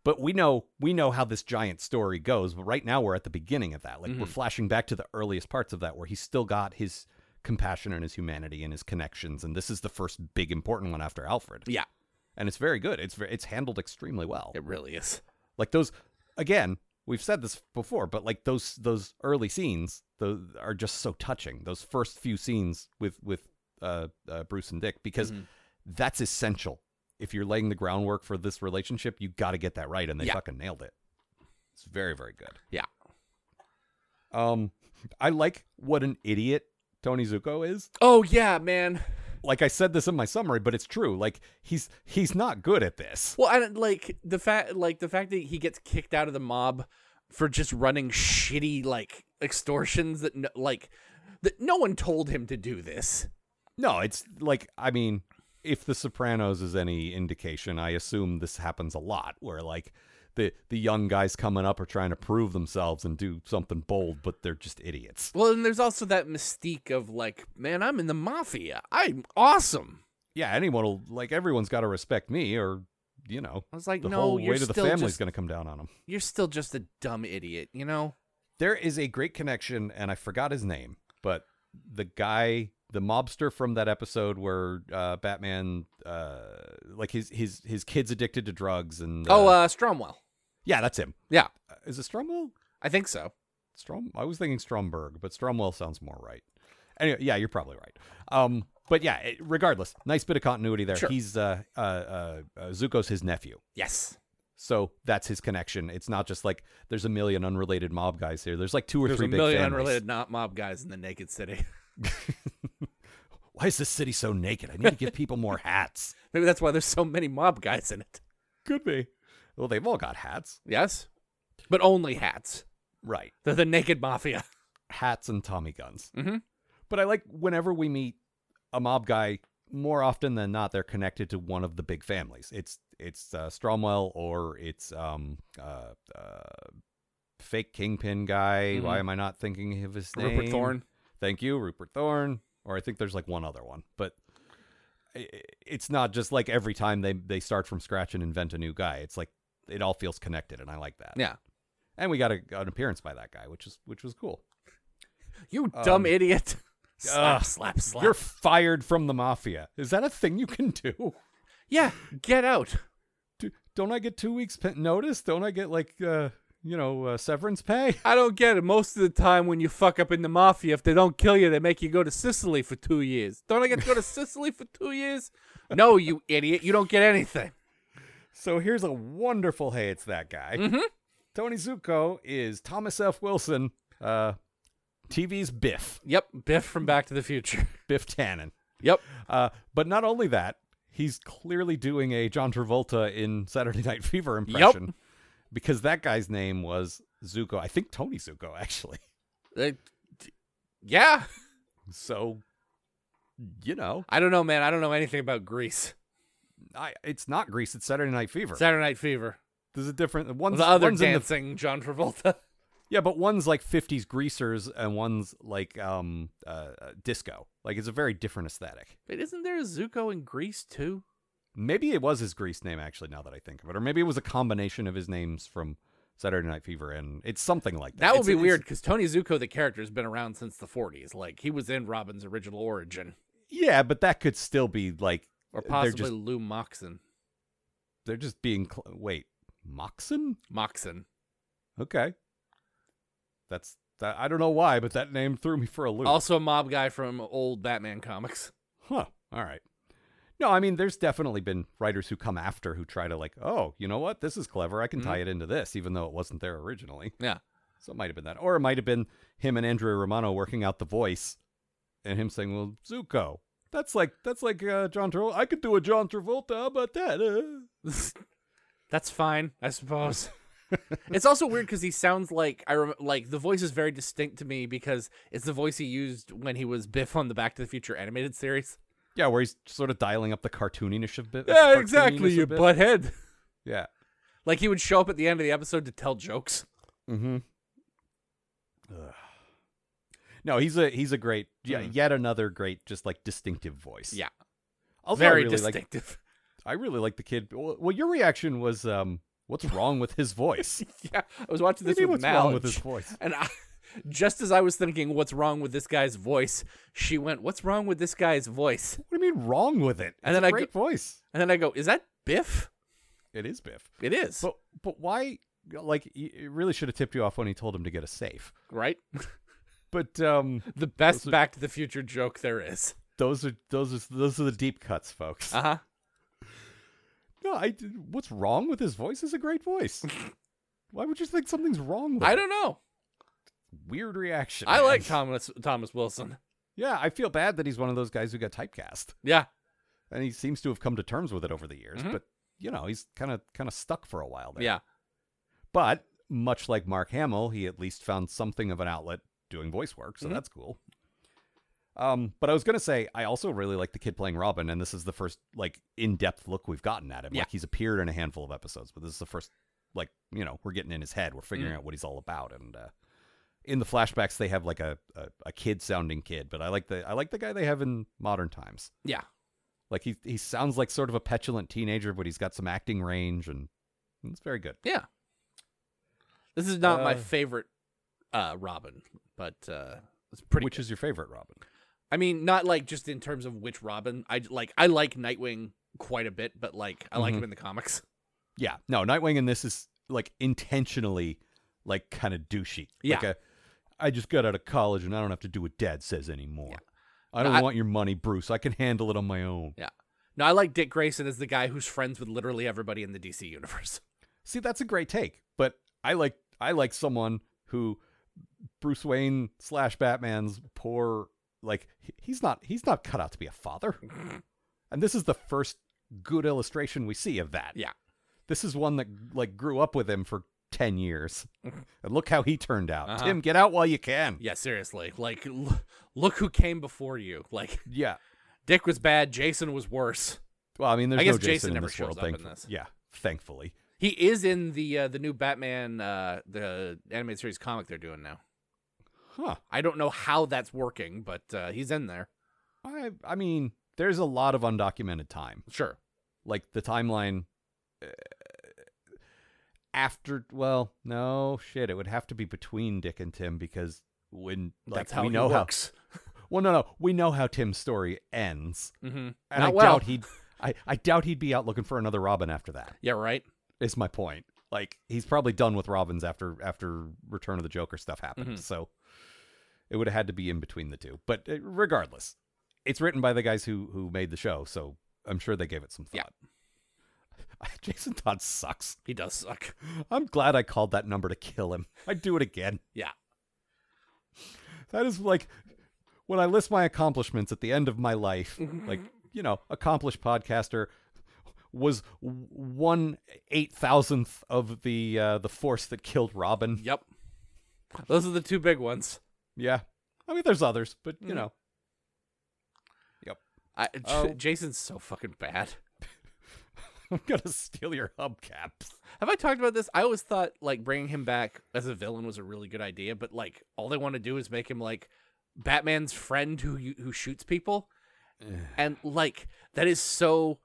But we know we know how this giant story goes. But right now we're at the beginning of that. Like we're Mhm. flashing back to the earliest parts of that, where he's still got his compassion and his humanity and his connections. And this is the first big important one after Alfred. Yeah, And it's very good. It's ve- it's handled extremely well. it really is. like those again we've said this before but like those those early scenes those are just so touching those first few scenes with with uh, uh bruce and dick because Mhm. that's essential if you're laying the groundwork for this relationship you got to get that right and they Yeah. fucking nailed it it's very very good Yeah. um i like what an idiot tony zuko is Oh yeah, man. like i said this in my summary but it's true like he's he's not good at this Well, I don't like the fact like the fact that he gets kicked out of the mob for just running shitty like extortions that no, like that no one told him to do this. No, it's like I mean, if The Sopranos is any indication, I assume this happens a lot, where like the the young guys coming up are trying to prove themselves and do something bold, but they're just idiots. Well, and there's also that mystique of like, man, I'm in the mafia. I'm awesome. Yeah, anyone will like everyone's got to respect me, or you know, I was like, the no, whole you're weight of the still family's just going to come down on them. you're still just a dumb idiot, you know? There is a great connection, and I forgot his name, but the guy the mobster from that episode where uh, Batman, uh, like his his his kid's addicted to drugs and oh, uh, Stromwell. yeah, that's him. Yeah, Uh, Is it Stromwell? I think so. Strom. I was thinking Stromberg, but Stromwell sounds more right. Anyway, yeah, you're probably right. Um, but yeah, it- regardless, nice bit of continuity there. Sure. He's uh, uh, uh, uh, Zuko's his nephew, Yes. so that's his connection. It's not just like there's a million unrelated mob guys here. There's like two or There's three a big million families. unrelated not mob guys in the naked city. Why is this city so naked? I need to give people more hats. Maybe that's why there's so many mob guys in it. Could be. Well, they've all got hats, Yes, but only hats. right? They're the naked mafia. Hats and Tommy guns. Mm-hmm. But I like whenever we meet a mob guy, more often than not, they're connected to one of the big families. It's it's uh, Stromwell or it's um uh, uh fake kingpin guy. Mhm. Why am I not thinking of his name? Rupert Thorne. Thank you, Rupert Thorne. Or I think there's like one other one, but i- i- it's not just like every time they they start from scratch and invent a new guy. It's like it all feels connected, and I like that. Yeah. And we got a, an appearance by that guy, which is which was cool. You dumb Um, idiot. Slap, ugh, slap, slap. You're fired from the mafia. Is that a thing you can do? yeah, get out. do don't I get two weeks pe- notice? Don't I get like uh, you know uh, severance pay? I don't get it. Most of the time, when you fuck up in the mafia, if they don't kill you, they make you go to Sicily for two years. Don't I get to go to Sicily for two years? No, you idiot. You don't get anything. So here's a wonderful hey, it's that guy. Tony Zuko is Thomas F. Wilson, uh, TV's Biff, Yep, Biff from Back to the Future. Biff Tannen. Yep. Uh, but not only that, he's clearly doing a John Travolta in Saturday Night Fever impression because that guy's name was Zuko. I think Tony Zuko actually. Uh, d- yeah. So you know, I don't know, man. I don't know anything about Greece. I it's not Grease. It's Saturday Night Fever. Saturday Night Fever. There's a different one's the other one's in the dancing John Travolta. Yeah, but one's like 50s greasers and one's like um uh, uh, disco. Like it's a very different aesthetic. But isn't there a Zuko in Greece, too? Maybe it was his Grease name actually now that I think of it or maybe it was a combination of his names from Saturday Night Fever and it's something like that. That would It's- be it's- weird because Tony Zuko, the character, has been around since the 40s. Like, he was in Robin's original origin. Yeah, but that could still be like Or they're possibly just Lou Moxon. they're just being cl- wait, Moxon? Moxon. Okay. That's that I don't know why, but that name threw me for a loop. Also a mob guy from old Batman comics. Huh. All right. No, I mean, there's definitely been writers who come after who try to like, oh, you know what? This is clever. I can tie it into this, even though it wasn't there originally. Yeah. So it might have been that, or it might have been him and Andrea Romano working out the voice, and him saying, "Well, Zuko, that's like that's like uh, John Travolta. I could do a John Travolta. How about that?" Uh. That's fine, I suppose. it's also weird because he sounds like I rem- like the voice is very distinct to me because it's the voice he used when he was Biff on the Back to the Future animated series. Yeah, where he's sort of dialing up the cartooniness of bit. cartooniness a bit. butthead. Yeah. Like he would show up at the end of the episode to tell jokes. Mm-hmm. No, he's a he's a great yeah, Mhm. yet another great just like distinctive voice. Yeah, also, I very really like distinctive. I really like the kid. Well, well, your reaction was um, what's wrong with his voice? yeah, I was watching this Maybe with what's Mal, wrong with and his sh- voice? and I, just as I was thinking, what's wrong with this guy's voice? She went, "What's wrong with this guy's voice?" What do you mean wrong with it? And It's then a I great voice. And then I go, "Is that Biff?" It is Biff. It is But but why? Like y- it really should have tipped you off when he told him to get a safe. right. But um, The best Back to the Future joke there is. those are those are those are the deep cuts, folks. Uh huh. no, I. did- What's wrong with his voice? Is a great voice. Why would you think something's wrong with I it? don't know. Weird reaction. I man. like Thomas Thomas Wilson. Yeah, I feel bad that he's one of those guys who got typecast. Yeah. and he seems to have come to terms with it over the years. Mhm. But you know, he's kind of kind of stuck for a while there. Yeah. But much like Mark Hamill, he at least found something of an outlet doing voice work, so Mhm. that's cool. Um, but I was gonna say I also really like the kid playing Robin, and this is the first like in-depth look we've gotten at him. Yeah. Like he's appeared in a handful of episodes, but this is the first like you know we're getting in his head, we're figuring Mm. out what he's all about, and uh, in the flashbacks they have like a a, a kid sounding kid, but I like the I like the guy they have in modern times. Yeah. Like he he sounds like sort of a petulant teenager, but he's got some acting range and and it's very good. Yeah. This is not my Uh, favorite uh Robin, but uh it's pretty Which good. is your favorite, Robin? I I mean, not like just in terms of which Robin. I like I like Nightwing quite a bit, but like I like Mhm. him in the comics. Yeah, no, Nightwing in this is like intentionally like kind of douchey. Yeah. Like a, I just got out of college and I don't have to do what dad says anymore. I No, don't I- want your money, Bruce. I can handle it on my own. Yeah. No, I like Dick Grayson as the guy who's friends with literally everybody in the DC universe. See, that's a great take, but I like I like someone who Bruce Wayne slash Batman's poor like he- he's not he's not cut out to be a father, and this is the first good illustration we see of that. Yeah. this is one that like grew up with him for ten years, and look how he turned out. Mm-hmm. Uh-huh. Tim, get out while you can. Yeah, seriously. Like l- look who came before you. Like Yeah. Dick was bad, Jason was worse. Well, I mean, there's I guess no Jason, Jason in never this world. shows up in thankful- this. Yeah, thankfully. He is in the uh, the new Batman uh the animated series comic they're doing now. Huh. I don't know how that's working, but uh, he's in there. I I mean, there's a lot of undocumented time. Sure. like the timeline uh, after well no shit it would have to be between dick and tim because when like that's how we he know works. how well no no we know how tim's story ends Mm-hmm. and Not i well. doubt he'd I, I doubt he'd be out looking for another robin after that Yeah, right. is my point like he's probably done with robins after after return of the joker stuff happened Mhm. so it would have had to be in between the two but uh, regardless it's written by the guys who who made the show so i'm sure they gave it some Yeah. thought jason todd sucks He does suck. i'm glad i called that number to kill him i'd do it again Yeah. that is like when i list my accomplishments at the end of my life Mm-hmm. like you know accomplished podcaster was w- one eight thousandth of the uh, the force that killed Robin. Yep. Those are the two big ones. Yeah, I mean, there's others, but you Mhm. know, I, Oh. Jason's so fucking bad. I'm gonna steal your hubcaps. Have I talked about this? I always thought like bringing him back as a villain was a really good idea, but like all they want to do is make him like Batman's friend who you- who shoots people, and like that is so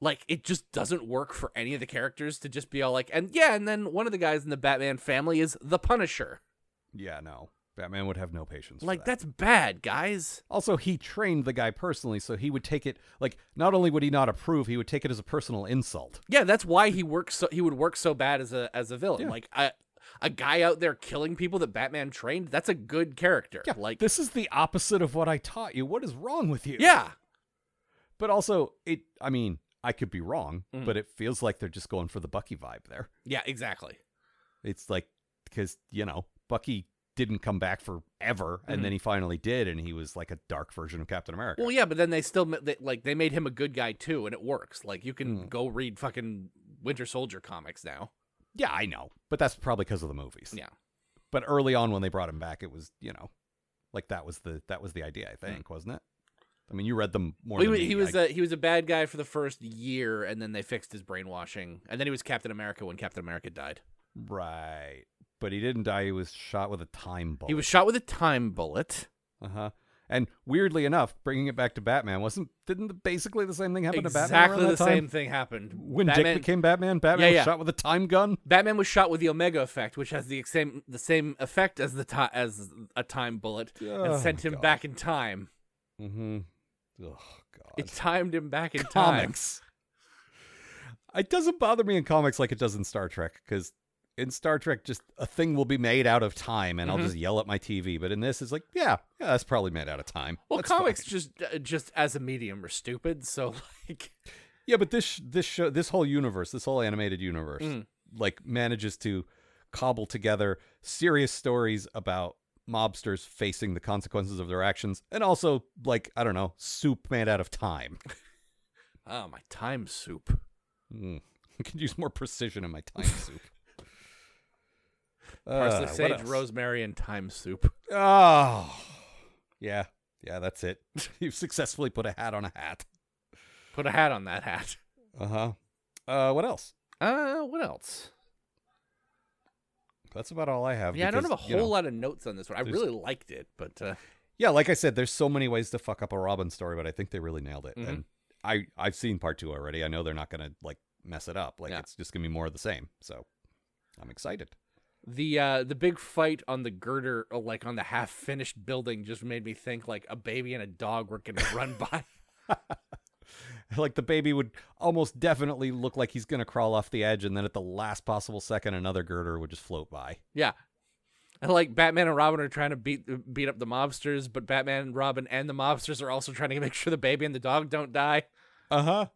like it just doesn't work for any of the characters to just be all like and yeah, and then one of the guys in the Batman family is the Punisher. Yeah, no, Batman would have no patience. for Like that. that's bad, guys. Also, he trained the guy personally, so he would take it like not only would he not approve, he would take it as a personal insult. Yeah, that's why he works. So, he would work so bad as a as a villain. Yeah. Like a a guy out there killing people that Batman trained. That's a good character. Yeah, like this is the opposite of what I taught you. What is wrong with you? Yeah, but also it. I mean, I could be wrong, Mhm. but it feels like they're just going for the Bucky vibe there. yeah, exactly. It's like because you know Bucky didn't come back forever, and then he finally did, and he was like a dark version of Captain America. Mm. Well, yeah, but then they still ma- they, like they made him a good guy too, and it works. Like you can Mm. go read fucking Winter Soldier comics now. yeah, I know, but that's probably because of the movies. Yeah. but early on when they brought him back, it was you know, like that was the that was the idea, I think, wasn't it? I mean, you read them more. Mm. Well, than he, me. he was I- a, he was a bad guy for the first year, and then they fixed his brainwashing, and then he was Captain America when Captain America died. right, but he didn't die. He was shot with a time bullet. He was shot with a time bullet. uh huh. And weirdly enough, bringing it back to Batman wasn't didn't the, basically the same thing happen to Batman Exactly around the that time? same thing happened When Batman, Dick became Batman, Batman Yeah, was yeah. shot with a time gun. Batman was shot with the Omega effect, which has the same the same effect as the ti- as a time bullet, Oh and sent my him God. back in time. Mm-hmm. Oh God. It timed him back in time. comics. It doesn't bother me in comics like it does in Star Trek because in Star Trek, just a thing will be made out of time, and Mhm. I'll just yell at my TV. But in this, it's like, yeah, yeah, that's probably made out of time. Well, That's comics fine. just uh, just as a medium are stupid. So like, Yeah, but this this show, this whole universe, this whole animated universe, Mm. like manages to cobble together serious stories about mobsters facing the consequences of their actions, and also like I don't know, soup made out of time. oh my time soup. Mm. I could use more precision in my time soup. Uh, Parsley, what sage, else? rosemary, and time soup. Oh, yeah, yeah. That's it. You've successfully put a hat on a hat. Put a hat on that hat. Uh huh. Uh, what else? Uh, what else? That's about all I have. Yeah, I don't have because, a whole you know- lot of notes on this one. I there's- really liked it, but uh, Yeah, like I said, there's so many ways to fuck up a Robin story, but I think they really nailed it. Mhm. And I I've seen part two already. I know they're not gonna like mess it up. Like Yeah. it's just gonna be more of the same. So I'm excited. the uh the big fight on the girder uh, like on the half finished building just made me think like a baby and a dog were gonna run by like the baby would almost definitely look like he's going to crawl off the edge and then at the last possible second another girder would just float by yeah and like batman and robin are trying to beat uh, beat up the mobsters but batman and robin and the mobsters are also trying to make sure the baby and the dog don't die uh-huh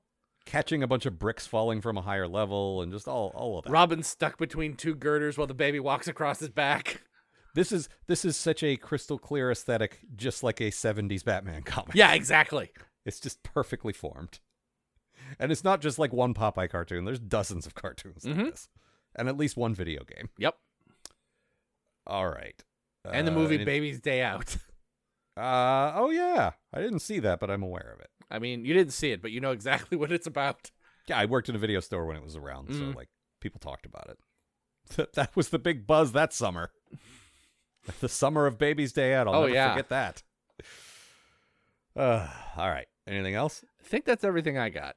catching a bunch of bricks falling from a higher level and just all all of that robin's stuck between two girders while the baby walks across his back this is this is such a crystal clear aesthetic just like a 70s batman comic yeah exactly it's just perfectly formed and it's not just like one popeye cartoon there's dozens of cartoons Mhm. like this and at least one video game yep all right and the Uh, movie it- baby's day out uh oh yeah i didn't see that but i'm aware of it i mean you didn't see it but you know exactly what it's about yeah, I worked in a video store when it was around, Mm. so like people talked about it. That that was the big buzz that summer. the summer of Baby's Day Out. I'll Oh, never yeah. forget that. Uh, all right. Anything else? i think that's everything i got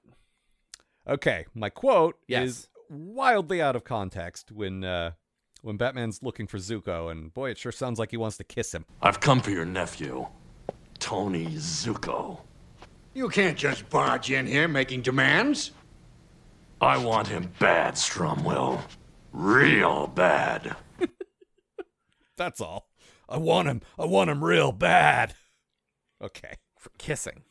Okay, my quote Yes. is wildly out of context when uh, when Batman's looking for Zuko, and boy, it sure sounds like he wants to kiss him. I've come for your nephew, Tony Zuko. You can't just barge in here making demands. I want him bad, Stromwell. Real bad. That's all. I want him. I want him real bad. Okay. for kissing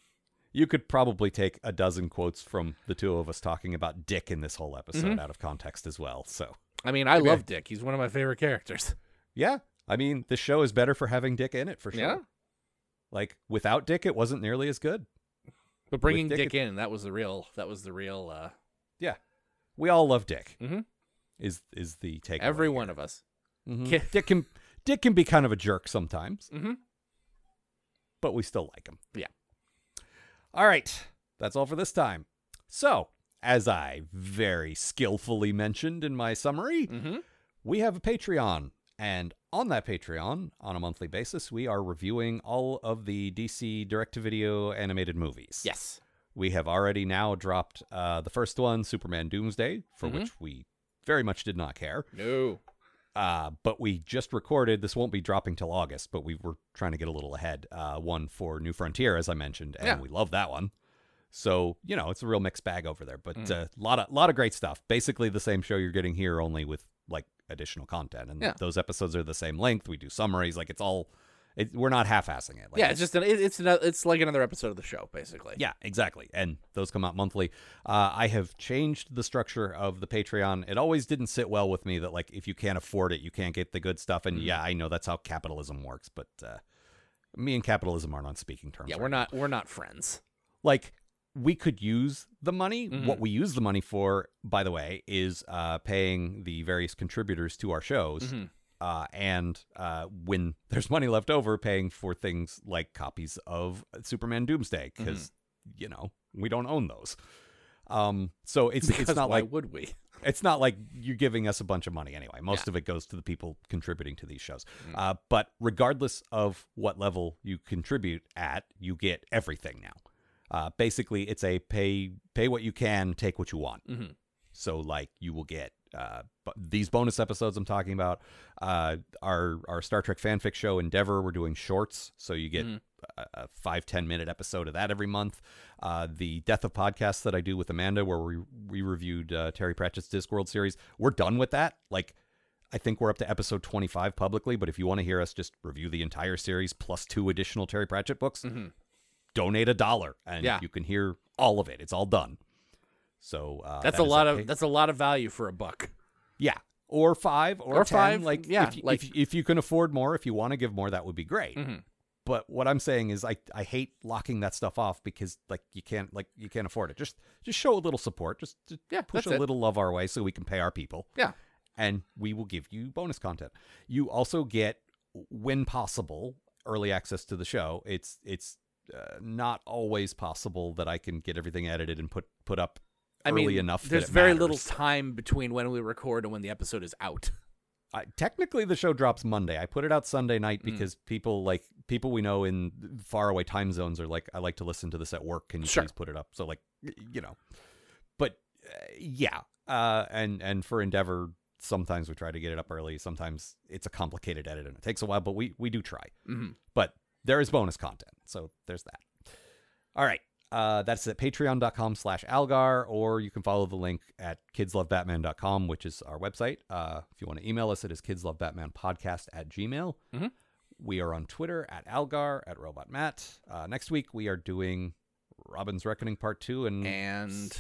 You could probably take a dozen quotes from the two of us talking about Dick in this whole episode Mm-hmm. out of context as well. So, i mean i love dick he's one of my favorite characters yeah, I mean, the show is better for having Dick in it for sure. Yeah. Like without Dick, it wasn't nearly as good. But bringing Dick Dick, it- in, that was the real. That was the real. Uh, Yeah, we all love Dick. Mhm. Is is the take? every one of us. Ki- Dick can Dick can be kind of a jerk sometimes, Mhm. but we still like him. Yeah. All right, that's all for this time. So, as I very skillfully mentioned in my summary, Mhm. we have a Patreon. And on that Patreon, on a monthly basis, we are reviewing all of the DC direct to video animated movies. Yes. We have already now dropped uh, the first one, Superman Doomsday, for Mhm. which we very much did not care. No. Uh, but we just recorded. This won't be dropping till August, but we were trying to get a little ahead. Uh, one for New Frontier, as I mentioned, and Yeah. we love that one. So you know, it's a real mixed bag over there. But Mm. a lot of lot of great stuff. Basically, the same show you're getting here, only with like additional content. And Yeah. those episodes are the same length. We do summaries. Like it's all. It, we're not half-assing it. Like, yeah, it's just an, it, it's an, it's like another episode of the show, basically. yeah, exactly. And those come out monthly. Uh, I have changed the structure of the Patreon. It always didn't sit well with me that like if you can't afford it, you can't get the good stuff. Mm-hmm. And yeah, I know that's how capitalism works, but uh, me and capitalism aren't on speaking terms. Yeah, right we're now. not we're not friends. Like we could use the money. Mm-hmm. What we use the money for, by the way, is uh, paying the various contributors to our shows. Mm-hmm. Uh, and uh, when there's money left over, paying for things like copies of Superman Doomsday, Mm-hmm. because you know we don't own those. Um, so it's Because it's not why like would we? it's not like you're giving us a bunch of money anyway. Most of it goes to the people contributing to these shows. Uh, but regardless of what level you contribute at, you get everything now. Uh, basically, it's a pay pay what you can, take what you want. Mhm. So like you will get. Uh, bu- these bonus episodes I'm talking about, uh, our our Star Trek fanfic show Endeavor, we're doing shorts, so you get Mm. a, a five ten minute episode of that every month. Uh, the Death of Podcasts that I do with Amanda, where we we reviewed uh, Terry Pratchett's Discworld series, we're done with that. Like, I think we're up to episode twenty five publicly. But if you want to hear us just review the entire series plus two additional Terry Pratchett books, donate a dollar and Mm-hmm. Yeah. you can hear all of it. It's all done. So uh, That's that a is lot at of pa- that's a lot of value for a buck. yeah, or five, or, 10. Or five, Like, yeah, if, like- Mm-hmm. if, if you can afford more, if you want to give more, that would be great. But what I'm saying is, I I hate locking that stuff off because like you can't like you can't afford it. Just just show a little support. Just, just Yeah, push that's a it. little love our way so we can pay our people Yeah. and we will give you bonus content. You also get, when possible, early access to the show. It's it's uh, not always possible that I can get everything edited and put put up I early mean, enough. that There's it very little matters. time between when we record and when the episode is out. I, technically, the show drops Monday. I put it out Sunday night because people like people we know in faraway time zones are like, I like to listen to this at work. Can you Sure. please put it up? So like, y- you know, but uh, yeah, uh, and and for Endeavor, Sometimes we try to get it up early. Sometimes it's a complicated edit and it takes a while, but we we do try. Mm-hmm. But there is bonus content, so there's that. All right. Uh, that's at patreon.com slash algar or you can follow the link at kidslovebatman.com which is our website uh, if you want to email us it is kidslovebatmanpodcast at gmail Mm-hmm. we are on twitter at algar at robot matt uh, next week we are doing robin's reckoning part two and, And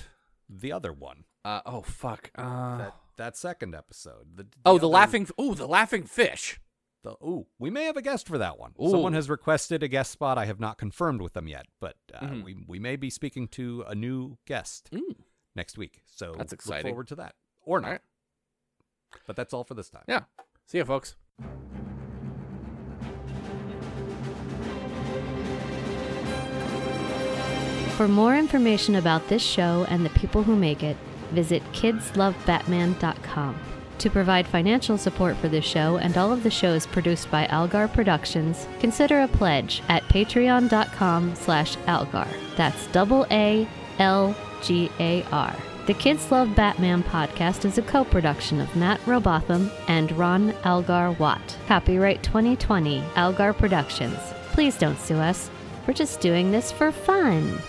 the other one uh, oh fuck. Uh, that, that second episode the, oh, the other- laughing. Oh, the laughing fish. the, ooh, we may have a guest for that one. Someone Ooh. has requested a guest spot. I have not confirmed with them yet, but uh, Mhm. we we may be speaking to a new guest Mm. next week. So That's exciting. Look forward to that, or not. All right. But that's all for this time. Yeah. See ya, folks. For more information about this show and the people who make it, visit kidslovebatman.com. To provide financial support for this show and all of the shows produced by Algar Productions, consider a pledge at patreon.com slash algar. That's double A L G A R. The Kids Love Batman podcast is a co production of Matt Robotham and Ron Algar Watt. Copyright 2020, Algar Productions. Please don't sue us. We're just doing this for fun.